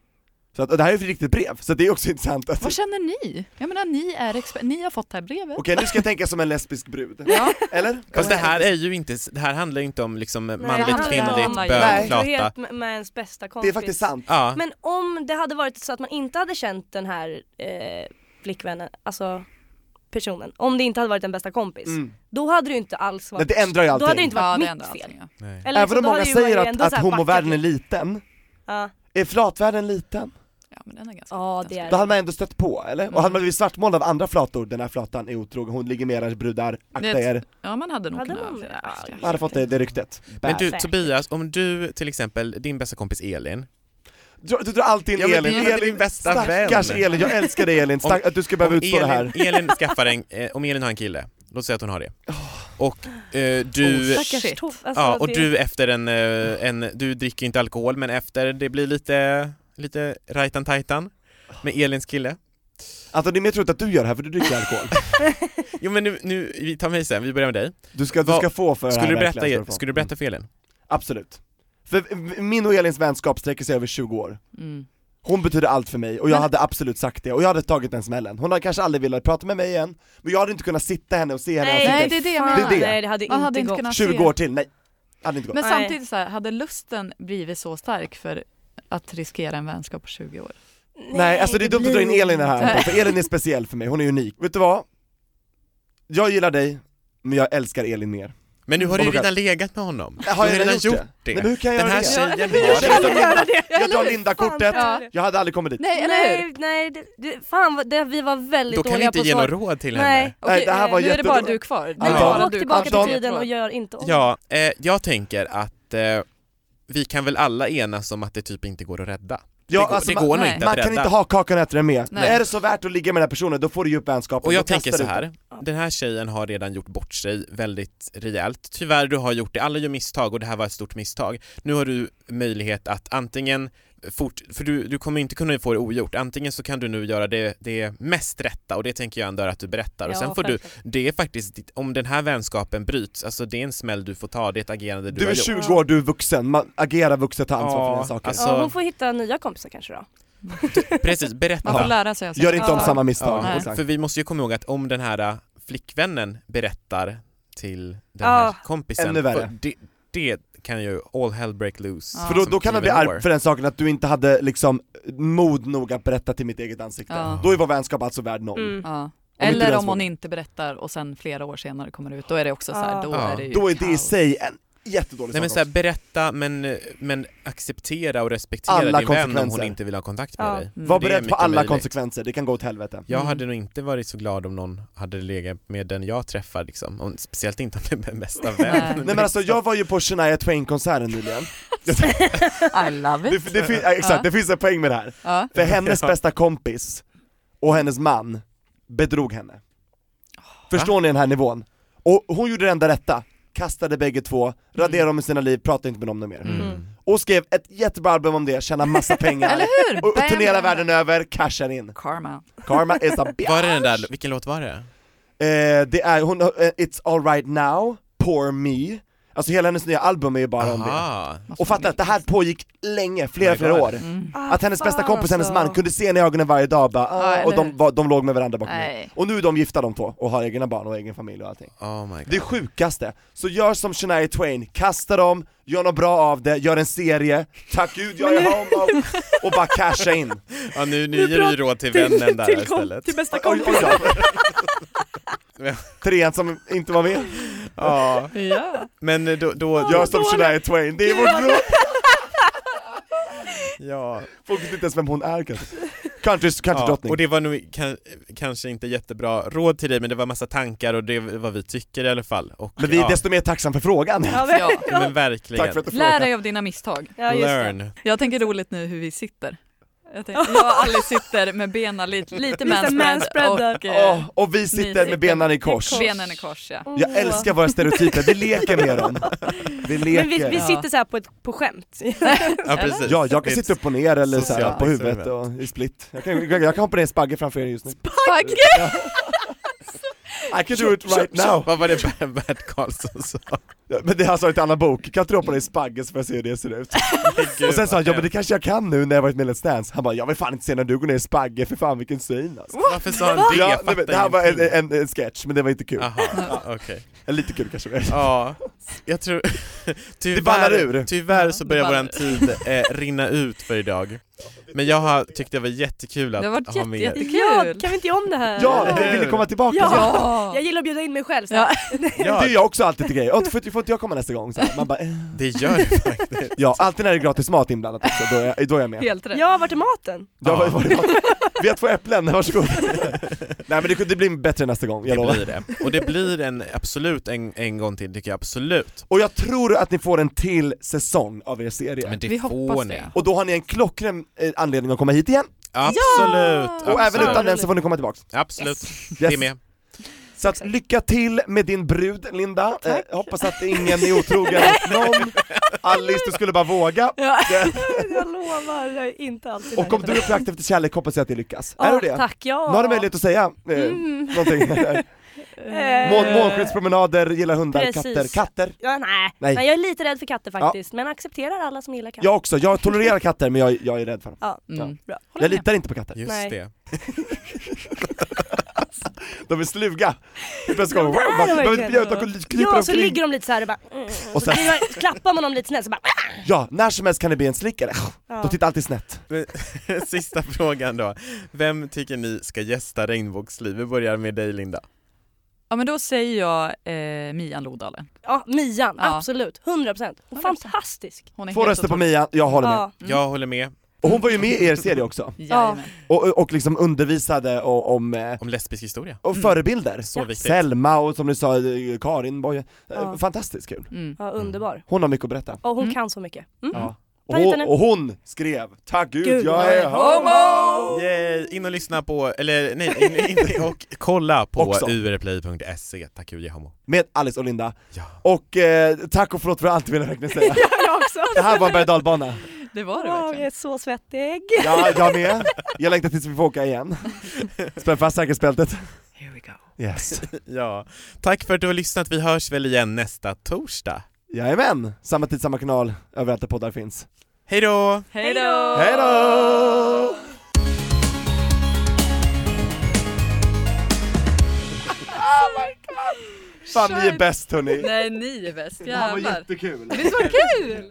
Speaker 2: Så att, och det här är ju ett riktigt brev, så det är också intressant att
Speaker 4: Vad känner ni? Jag menar ni är exper- ni har fått det här brevet.
Speaker 2: Okej, nu ska jag tänka som en lesbisk brud.
Speaker 4: Ja.
Speaker 2: Eller?
Speaker 3: Fast det här är ju inte, det här handlar ju inte om liksom
Speaker 5: handlar
Speaker 3: manligt,
Speaker 5: om-
Speaker 3: kvinnligt,
Speaker 4: Nej.
Speaker 3: bög, flata.
Speaker 5: Otrohet med- med ens bästa kompis.
Speaker 2: Det är faktiskt sant.
Speaker 3: Ja.
Speaker 5: Men om det hade varit så att man inte hade känt den här eh, flickvännen, alltså personen, om det inte hade varit den bästa kompis,
Speaker 2: Mm.
Speaker 5: då hade det ju inte alls varit,
Speaker 2: Nej, det ändrar ju
Speaker 5: då
Speaker 2: allting.
Speaker 5: hade det inte
Speaker 4: Ja,
Speaker 5: varit
Speaker 4: det är
Speaker 5: mitt
Speaker 4: ändå
Speaker 5: fel.
Speaker 4: allting. Ja.
Speaker 3: Nej.
Speaker 5: Eller
Speaker 2: Även
Speaker 5: liksom,
Speaker 2: om
Speaker 5: då
Speaker 2: många
Speaker 5: hade ju man
Speaker 2: säger
Speaker 5: ju
Speaker 2: att,
Speaker 5: ändå så
Speaker 2: att
Speaker 5: här
Speaker 2: homovärlden är
Speaker 5: backat.
Speaker 2: liten,
Speaker 5: Ja,
Speaker 2: är flatvärlden liten?
Speaker 4: ja men den är ganska
Speaker 5: ja
Speaker 4: liten,
Speaker 5: det är
Speaker 2: Då
Speaker 5: det.
Speaker 2: hade man ändå stött på, eller? Och
Speaker 4: Mm.
Speaker 2: hade man blivit svartmålad av andra flator, den här flatan är otrogen, hon ligger med era brudar, akta
Speaker 4: Det-
Speaker 2: er.
Speaker 4: Ja man hade nog
Speaker 5: Hade
Speaker 4: kunnat...
Speaker 5: man-
Speaker 4: Ja,
Speaker 5: Ja,
Speaker 2: Man hade fått det, det ryktet.
Speaker 3: Men du
Speaker 5: Säkert.
Speaker 3: Tobias, om du till exempel, din bästa kompis Elin,
Speaker 2: Du, du drar alltid in
Speaker 3: Ja, men
Speaker 2: Elin,
Speaker 3: det är väl
Speaker 2: Elin,
Speaker 3: din bästa
Speaker 2: stackars
Speaker 3: vän.
Speaker 2: Elin, jag älskar dig Elin, Stack, att du ska behöva
Speaker 3: om
Speaker 2: utstå det här.
Speaker 3: Elin, Elin skaffar en, eh, om Elin har en kille, låt säga att hon har det. och eh, du
Speaker 4: Oh,
Speaker 5: Stackars
Speaker 4: Shit.
Speaker 5: Tove. Alltså,
Speaker 3: Ja, och
Speaker 5: det-
Speaker 3: du efter en, eh, en, du dricker ju inte alkohol men efter det blir lite, lite rajtan tajtan med Elins kille.
Speaker 2: Anton Alltså, det är mer troligt att du gör det här för du dricker alkohol.
Speaker 3: Jo men nu, nu vi tar mig sen, vi börjar med dig.
Speaker 2: Du ska, du
Speaker 3: Vad-
Speaker 2: ska få för det
Speaker 3: Skulle
Speaker 2: här
Speaker 3: du
Speaker 2: verkligen, ska
Speaker 3: berätta,
Speaker 2: få.
Speaker 3: skulle du
Speaker 2: Mm,
Speaker 3: berätta för Elin?
Speaker 2: Absolut. För eh, min och Elins vänskap sträcker sig över 20 år.
Speaker 4: Mm.
Speaker 2: Hon betyder allt för mig och jag
Speaker 4: Men-
Speaker 2: hade absolut sagt det och jag hade tagit den smällen. Hon hade kanske aldrig velat prata med mig igen, men jag hade inte kunnat sitta henne och se henne i
Speaker 4: Nej,
Speaker 2: ansiktet
Speaker 4: det är det jag
Speaker 5: fan.
Speaker 2: menar. Det är det.
Speaker 5: Nej, det hade
Speaker 4: Man hade
Speaker 5: inte
Speaker 4: inte
Speaker 5: gått.
Speaker 4: kunnat
Speaker 2: 20
Speaker 4: se.
Speaker 2: år till, nej. Hade inte gått.
Speaker 4: Men
Speaker 5: Nej.
Speaker 4: samtidigt så här, hade lusten blivit så stark för att riskera en vänskap på 20 år?
Speaker 2: Nej, alltså det är dumt att dra in
Speaker 5: blir-
Speaker 2: Elin i det här, för Elin är speciell för mig, hon är unik. Vet du vad? Jag gillar dig, men jag älskar Elin mer.
Speaker 3: Men nu har
Speaker 2: Oh
Speaker 3: du
Speaker 2: my
Speaker 3: ju
Speaker 2: God.
Speaker 3: redan legat med honom.
Speaker 2: Har
Speaker 3: Du
Speaker 2: jag redan gjort det? Nej, men hur kan jag
Speaker 3: Den här
Speaker 2: göra det?
Speaker 3: tjejen
Speaker 2: Jag
Speaker 3: har
Speaker 2: drar Linda- Jag drar
Speaker 5: Fan,
Speaker 2: Linda-kortet,
Speaker 5: ja.
Speaker 2: jag hade aldrig kommit dit.
Speaker 4: Nej, eller hur?
Speaker 5: Nej, nej, det, det, fan vad, det, vi var väldigt
Speaker 3: Då kan vi
Speaker 5: dåliga
Speaker 3: inte
Speaker 5: på
Speaker 3: ge något
Speaker 5: svar.
Speaker 3: råd till henne.
Speaker 5: Nej,
Speaker 2: Nej, det här var
Speaker 4: nu är det bara
Speaker 2: jättedåligt.
Speaker 4: du kvar. Det är
Speaker 5: nej
Speaker 2: Anton.
Speaker 4: bara
Speaker 5: åk
Speaker 4: du
Speaker 5: tillbaka
Speaker 2: Anton.
Speaker 5: till tiden och gör inte om.
Speaker 3: Ja, eh, jag tänker att eh, vi kan väl alla enas om att det typ inte går att rädda.
Speaker 2: Ja,
Speaker 3: det går,
Speaker 2: alltså,
Speaker 3: det går nog
Speaker 4: nej.
Speaker 3: inte
Speaker 2: Man
Speaker 3: att
Speaker 2: kan
Speaker 3: rädda.
Speaker 2: inte ha kakan och äta den med.
Speaker 4: Nej.
Speaker 2: Är det så värt att ligga med den här personen, då får du ge upp vänskapen.
Speaker 3: Och
Speaker 2: Då
Speaker 3: jag
Speaker 2: kastar
Speaker 3: tänker
Speaker 2: du
Speaker 3: så
Speaker 2: ut den.
Speaker 3: här. den här tjejen har redan gjort bort sig väldigt rejält. Tyvärr, du har gjort det. Alla gör misstag och det här var ett stort misstag. Nu har du möjlighet att antingen fort, för du, du kommer inte kunna få det ogjort. Antingen så kan du nu göra det, det mest rätta och det tänker jag ändå är att du berättar och sen får du, det är faktiskt, ditt- om den här vänskapen bryts, alltså det är en smäll du får ta, det är ett agerande du,
Speaker 2: Du
Speaker 3: har
Speaker 2: är
Speaker 3: gjort.
Speaker 2: 20 år, du är vuxen, man agerar vuxet, tar ansvar för dina saker.
Speaker 3: alltså,
Speaker 5: Ja, hon får hitta nya kompisar kanske då.
Speaker 3: precis, berätta.
Speaker 4: Man får lära sig av sina
Speaker 2: Gör inte om
Speaker 4: misstag.
Speaker 2: samma misstag.
Speaker 4: Nej.
Speaker 2: exakt.
Speaker 3: För vi måste ju komma ihåg att om den här äh, flickvännen berättar till den
Speaker 5: Ja.
Speaker 3: här kompisen,
Speaker 2: Ännu värre.
Speaker 3: för Det, det kan ju all hell break loose.
Speaker 4: Ja.
Speaker 2: För då,
Speaker 3: som
Speaker 2: då kan man bli
Speaker 3: Even War.
Speaker 2: arg för den saken att du inte hade liksom mod nog att berätta till mitt eget ansikte.
Speaker 4: Ja.
Speaker 2: Då är vår vänskap alltså värd noll.
Speaker 5: Mm.
Speaker 4: Ja.
Speaker 2: inte den
Speaker 4: Eller om hon
Speaker 2: svåra.
Speaker 4: inte berättar och sen flera år senare kommer det ut, då är det också så här,
Speaker 5: Ja.
Speaker 4: då
Speaker 3: Ja.
Speaker 4: är det ju
Speaker 2: Då är det i
Speaker 4: kaos.
Speaker 2: sig en jättedålig
Speaker 3: Nej men
Speaker 2: sak.
Speaker 3: såhär, berätta men, men acceptera och respektera
Speaker 2: Alla
Speaker 3: din vän om hon
Speaker 2: konsekvenser.
Speaker 3: inte vill ha kontakt med
Speaker 5: Ja.
Speaker 3: dig.
Speaker 2: också. Var
Speaker 3: Det är
Speaker 2: beredd på
Speaker 3: mycket
Speaker 2: alla
Speaker 3: möjligt.
Speaker 2: konsekvenser, det kan gå åt helvete.
Speaker 3: Jag
Speaker 4: Mm.
Speaker 3: hade nog inte varit så glad om någon hade legat med den jag träffar liksom, och speciellt inte om det är min bästa vän.
Speaker 2: Nej men alltså jag var ju på Shania Twain-konserten nyligen.
Speaker 4: I love it.
Speaker 2: Det, det, fin- ja, exakt,
Speaker 4: Ja.
Speaker 2: det finns en poäng med det här.
Speaker 4: Ja.
Speaker 2: För hennes bästa kompis och hennes man bedrog henne. Förstår ni den här nivån? Och hon gjorde det enda rätta, kastade bägge två, raderade dem i sina liv, pratade inte med dem mer.
Speaker 3: Mm.
Speaker 2: Och skrev ett jättebra album om det, tjänade massa pengar.
Speaker 4: Eller hur?
Speaker 2: och, och
Speaker 4: Bam,
Speaker 2: turnera
Speaker 4: bam,
Speaker 2: världen över, cashar in.
Speaker 4: Karma.
Speaker 2: Karma is a bitch.
Speaker 3: Var det den där, vilken låt var det?
Speaker 2: Eh, det är, hon, eh, It's alright now, poor me. Alltså hela hennes nya album är ju bara om det.
Speaker 3: Aha. Oh
Speaker 2: Och fatta att det här pågick länge, flera
Speaker 3: My
Speaker 2: flera
Speaker 3: God.
Speaker 2: år.
Speaker 4: Mm.
Speaker 2: Att hennes bästa
Speaker 5: Ah, Fan,
Speaker 2: kompis, hennes
Speaker 5: alltså.
Speaker 2: man, kunde se henne i ögonen varje dag bara,
Speaker 4: Ja,
Speaker 2: ah,
Speaker 4: eller
Speaker 2: och de,
Speaker 4: hur?
Speaker 2: var, de låg med varandra bakom mig.
Speaker 4: Nej.
Speaker 2: Och nu är de gifta de två, och har egna barn och egen familj och allting.
Speaker 3: Oh my god.
Speaker 2: Det sjukaste! Så gör som Shania Twain, kasta dem, gör något bra av det, gör en serie, tack gud jag är homo, och bara casha in.
Speaker 3: Ja, nu, nu ger du ju råd till vännen där istället.
Speaker 5: till bästa
Speaker 2: Oj,
Speaker 5: kompis.
Speaker 2: oj, oj. Trean som inte var med.
Speaker 3: Ja,
Speaker 4: Ja.
Speaker 3: men då, då
Speaker 2: Gör som Shania Twain, det är vårt råd!
Speaker 3: ja.
Speaker 2: Folk vet inte ens vem hon är kanske. Country,
Speaker 3: ja.
Speaker 2: countrydrottning.
Speaker 3: Och det var nog kan, kanske inte jättebra råd till dig, men det var massa tankar och det är vad vi tycker i alla fall. Och,
Speaker 2: Men vi är
Speaker 3: ja,
Speaker 2: desto mer tacksamma för frågan.
Speaker 5: Ja, men,
Speaker 4: Ja.
Speaker 3: ja, men verkligen.
Speaker 2: Tack för att du
Speaker 4: Lär
Speaker 2: frågade.
Speaker 4: dig av dina misstag.
Speaker 5: ja, just det.
Speaker 3: Learn.
Speaker 4: Jag tänker roligt nu hur vi sitter. Jag, tänker, jag och Alice sitter med benen lite, lite manspread
Speaker 5: manspreadad.
Speaker 4: och eh,
Speaker 2: Åh, och vi sitter med
Speaker 4: sitter-
Speaker 2: benen i kors.
Speaker 4: benen i kors. Ja.
Speaker 5: Åh.
Speaker 2: Jag älskar våra stereotyper, vi leker med dem. Vi
Speaker 5: Men vi,
Speaker 2: leker.
Speaker 5: vi
Speaker 4: Ja.
Speaker 5: sitter så här på, ett, på skämt.
Speaker 3: Ja, precis.
Speaker 2: Ja, jag kan sitta upp och ner eller så här,
Speaker 3: Socialt
Speaker 2: på huvudet
Speaker 3: experiment.
Speaker 2: och i split. Jag kan, jag kan hoppa ner i en spagge framför er just nu.
Speaker 4: Fuck!
Speaker 2: I can do it right now!
Speaker 3: Vad var det Bert Karlsson sa?
Speaker 2: Ja, Men det han sa i ett annat bok, kan inte du hoppa ner i spagge så får jag se hur det ser ut?
Speaker 3: Gud,
Speaker 2: Och sen sa han,
Speaker 3: vad
Speaker 2: ja men det kanske jag kan nu när jag varit med i Let's Dance. Han bara, jag vill fan inte se när du går ner i spagge, för fan vilken syn alltså.
Speaker 3: hemskt. Varför sa han det?
Speaker 2: Ja,
Speaker 3: Jag
Speaker 2: nej,
Speaker 3: fattar
Speaker 2: men det här var en,
Speaker 3: ingenting.
Speaker 2: en, en sketch, men det var inte kul.
Speaker 3: Aha, okej.
Speaker 2: Eller lite kul kanske.
Speaker 3: Ja, jag tror... Tyvärr,
Speaker 2: ballar ur.
Speaker 3: tyvärr så
Speaker 4: Ja, det
Speaker 3: börjar
Speaker 4: ballar
Speaker 3: våran tid eh, rinna ut för idag. Men jag har, tyckte det var jättekul att
Speaker 4: Det har varit
Speaker 3: ha med
Speaker 4: jätte-
Speaker 5: Ja,
Speaker 4: Kul.
Speaker 5: kan vi inte göra om det här?
Speaker 2: Ja,
Speaker 3: Eller
Speaker 2: vi ville
Speaker 3: hur?
Speaker 2: komma tillbaka.
Speaker 5: Jag
Speaker 4: Ja!
Speaker 5: gillar att bjuda in mig själv. Så.
Speaker 4: Ja.
Speaker 2: Det
Speaker 3: Ja,
Speaker 2: är jag också alltid till grejer, Åh, får, inte- får inte jag komma nästa gång? Så här. Man bara, eh.
Speaker 3: det gör det faktiskt.
Speaker 2: ja, alltid när det är gratis mat inblandat också, då är, jag- då är jag med.
Speaker 4: Helt rätt.
Speaker 5: Ja, vart är maten?
Speaker 2: Ja,
Speaker 3: Ja.
Speaker 2: var det mat? Vi har två äpplen, varsågod. Nej men det, kunde- det blir bättre nästa gång, jag
Speaker 3: Det
Speaker 2: lovar.
Speaker 3: blir det. Och det blir en, absolut en, en gång till tycker jag absolut.
Speaker 2: Och jag tror att ni får en till säsong av er serie.
Speaker 3: Men det
Speaker 4: Vi
Speaker 3: får
Speaker 4: hoppas
Speaker 3: ni.
Speaker 4: det.
Speaker 2: Och då har ni en klockren eh, anledning att komma hit igen,
Speaker 3: Absolut.
Speaker 2: och
Speaker 3: absolut.
Speaker 2: även utan den så får ni komma tillbaks.
Speaker 3: Absolut.
Speaker 2: Yes.
Speaker 3: Det är med.
Speaker 2: Så att lycka till med din brud Linda, eh, hoppas att ingen är otrogen mot någon. Alice, du skulle bara våga.
Speaker 5: Ja.
Speaker 2: Det-
Speaker 5: jag lovar, jag är inte alltid
Speaker 2: Och om du är på jakt efter kärlek hoppas jag att det lyckas.
Speaker 5: Ja,
Speaker 2: är du det?
Speaker 5: Tack, ja.
Speaker 2: Nu har du möjlighet att säga eh,
Speaker 5: Mm.
Speaker 2: någonting.
Speaker 5: Eh,
Speaker 2: Mån, månskyddspromenader, gillar hundar,
Speaker 5: Precis.
Speaker 2: katter. Katter?
Speaker 5: Ja, nej.
Speaker 2: Nej.
Speaker 5: nej. jag är lite rädd för katter faktiskt, men accepterar alla som gillar katter.
Speaker 2: Jag också, jag tolererar katter men jag, jag är rädd för dem.
Speaker 5: Ja.
Speaker 4: Mm.
Speaker 5: Bra.
Speaker 2: Jag litar inte på katter.
Speaker 3: Just
Speaker 5: Nej.
Speaker 3: det.
Speaker 2: De är sluga. Helt plötsligt kommer de,
Speaker 5: Ja,
Speaker 2: bara-
Speaker 5: det är
Speaker 2: bara-
Speaker 5: verkligen
Speaker 2: bara-
Speaker 5: så.
Speaker 2: bara- kryper
Speaker 5: Ja, så
Speaker 2: omkring.
Speaker 5: ligger de lite så här och bara... Mm, och
Speaker 2: sen-
Speaker 5: så kliver- klappar man dem lite snällt så bara...
Speaker 2: Ja, när som helst kan det bli en slickare.
Speaker 5: Ja.
Speaker 2: De tittar alltid snett.
Speaker 3: Sista frågan då. Vem tycker ni ska gästa Regnbågsliv? Vi börjar med dig Linda.
Speaker 4: Mm. Ja men då säger jag eh, Mian Lodale.
Speaker 5: Ja, Mian,
Speaker 4: Ja.
Speaker 5: absolut. 100 procent. Fantastisk.
Speaker 4: Hon är
Speaker 2: Två
Speaker 4: helt
Speaker 2: röster på
Speaker 4: otrolig.
Speaker 2: Mia, jag håller med.
Speaker 5: Ja.
Speaker 3: Jag håller med
Speaker 2: Och hon var ju med i er serie också.
Speaker 4: Jajamän.
Speaker 2: Och, och liksom undervisade och, om, eh,
Speaker 3: om lesbisk historia.
Speaker 5: Mm.
Speaker 2: och förebilder.
Speaker 3: Så viktigt.
Speaker 2: Selma och som du sa, eh, Karin Boye. Eh,
Speaker 5: Ja.
Speaker 2: Fantastiskt kul.
Speaker 4: Mm.
Speaker 5: Ja, underbar.
Speaker 2: Hon har mycket att berätta.
Speaker 5: Och hon
Speaker 4: Mm.
Speaker 5: kan så mycket. Mm.
Speaker 2: Ja. Och,
Speaker 5: Ta hit
Speaker 2: hon,
Speaker 5: henne.
Speaker 2: och hon skrev, tack gud,
Speaker 5: Gud,
Speaker 2: jag
Speaker 5: vad
Speaker 2: är
Speaker 5: är
Speaker 2: homo!
Speaker 3: Yay! In och lyssna på, eller nej, in, in, och kolla på
Speaker 2: Också.
Speaker 3: urplay.se. Tack Julia Homo.
Speaker 2: Med Alice och Linda.
Speaker 3: Ja.
Speaker 2: Och eh, tack och förlåt för allt vill jag verkligen säga.
Speaker 5: Jag också.
Speaker 2: Det här var en berg och dalbana.
Speaker 4: Det var det
Speaker 5: Wow, jag
Speaker 4: verkligen.
Speaker 5: är så svettig.
Speaker 2: Ja, jag med. Jag längtar tills vi får åka igen. Spänn fast säkerhetsbältet.
Speaker 4: Here we go.
Speaker 2: Yes.
Speaker 3: Ja. Tack för att du har lyssnat. Vi hörs väl igen nästa torsdag.
Speaker 2: Jajamän! Samma tid, samma kanal, överallt där poddar finns.
Speaker 3: Hej då!
Speaker 4: Hej då!
Speaker 2: Hej då! Fan ni är bäst hörni!
Speaker 4: Nej ni är bäst,
Speaker 2: Det här var
Speaker 4: jävlar.
Speaker 2: jättekul!
Speaker 4: Visst var det kul?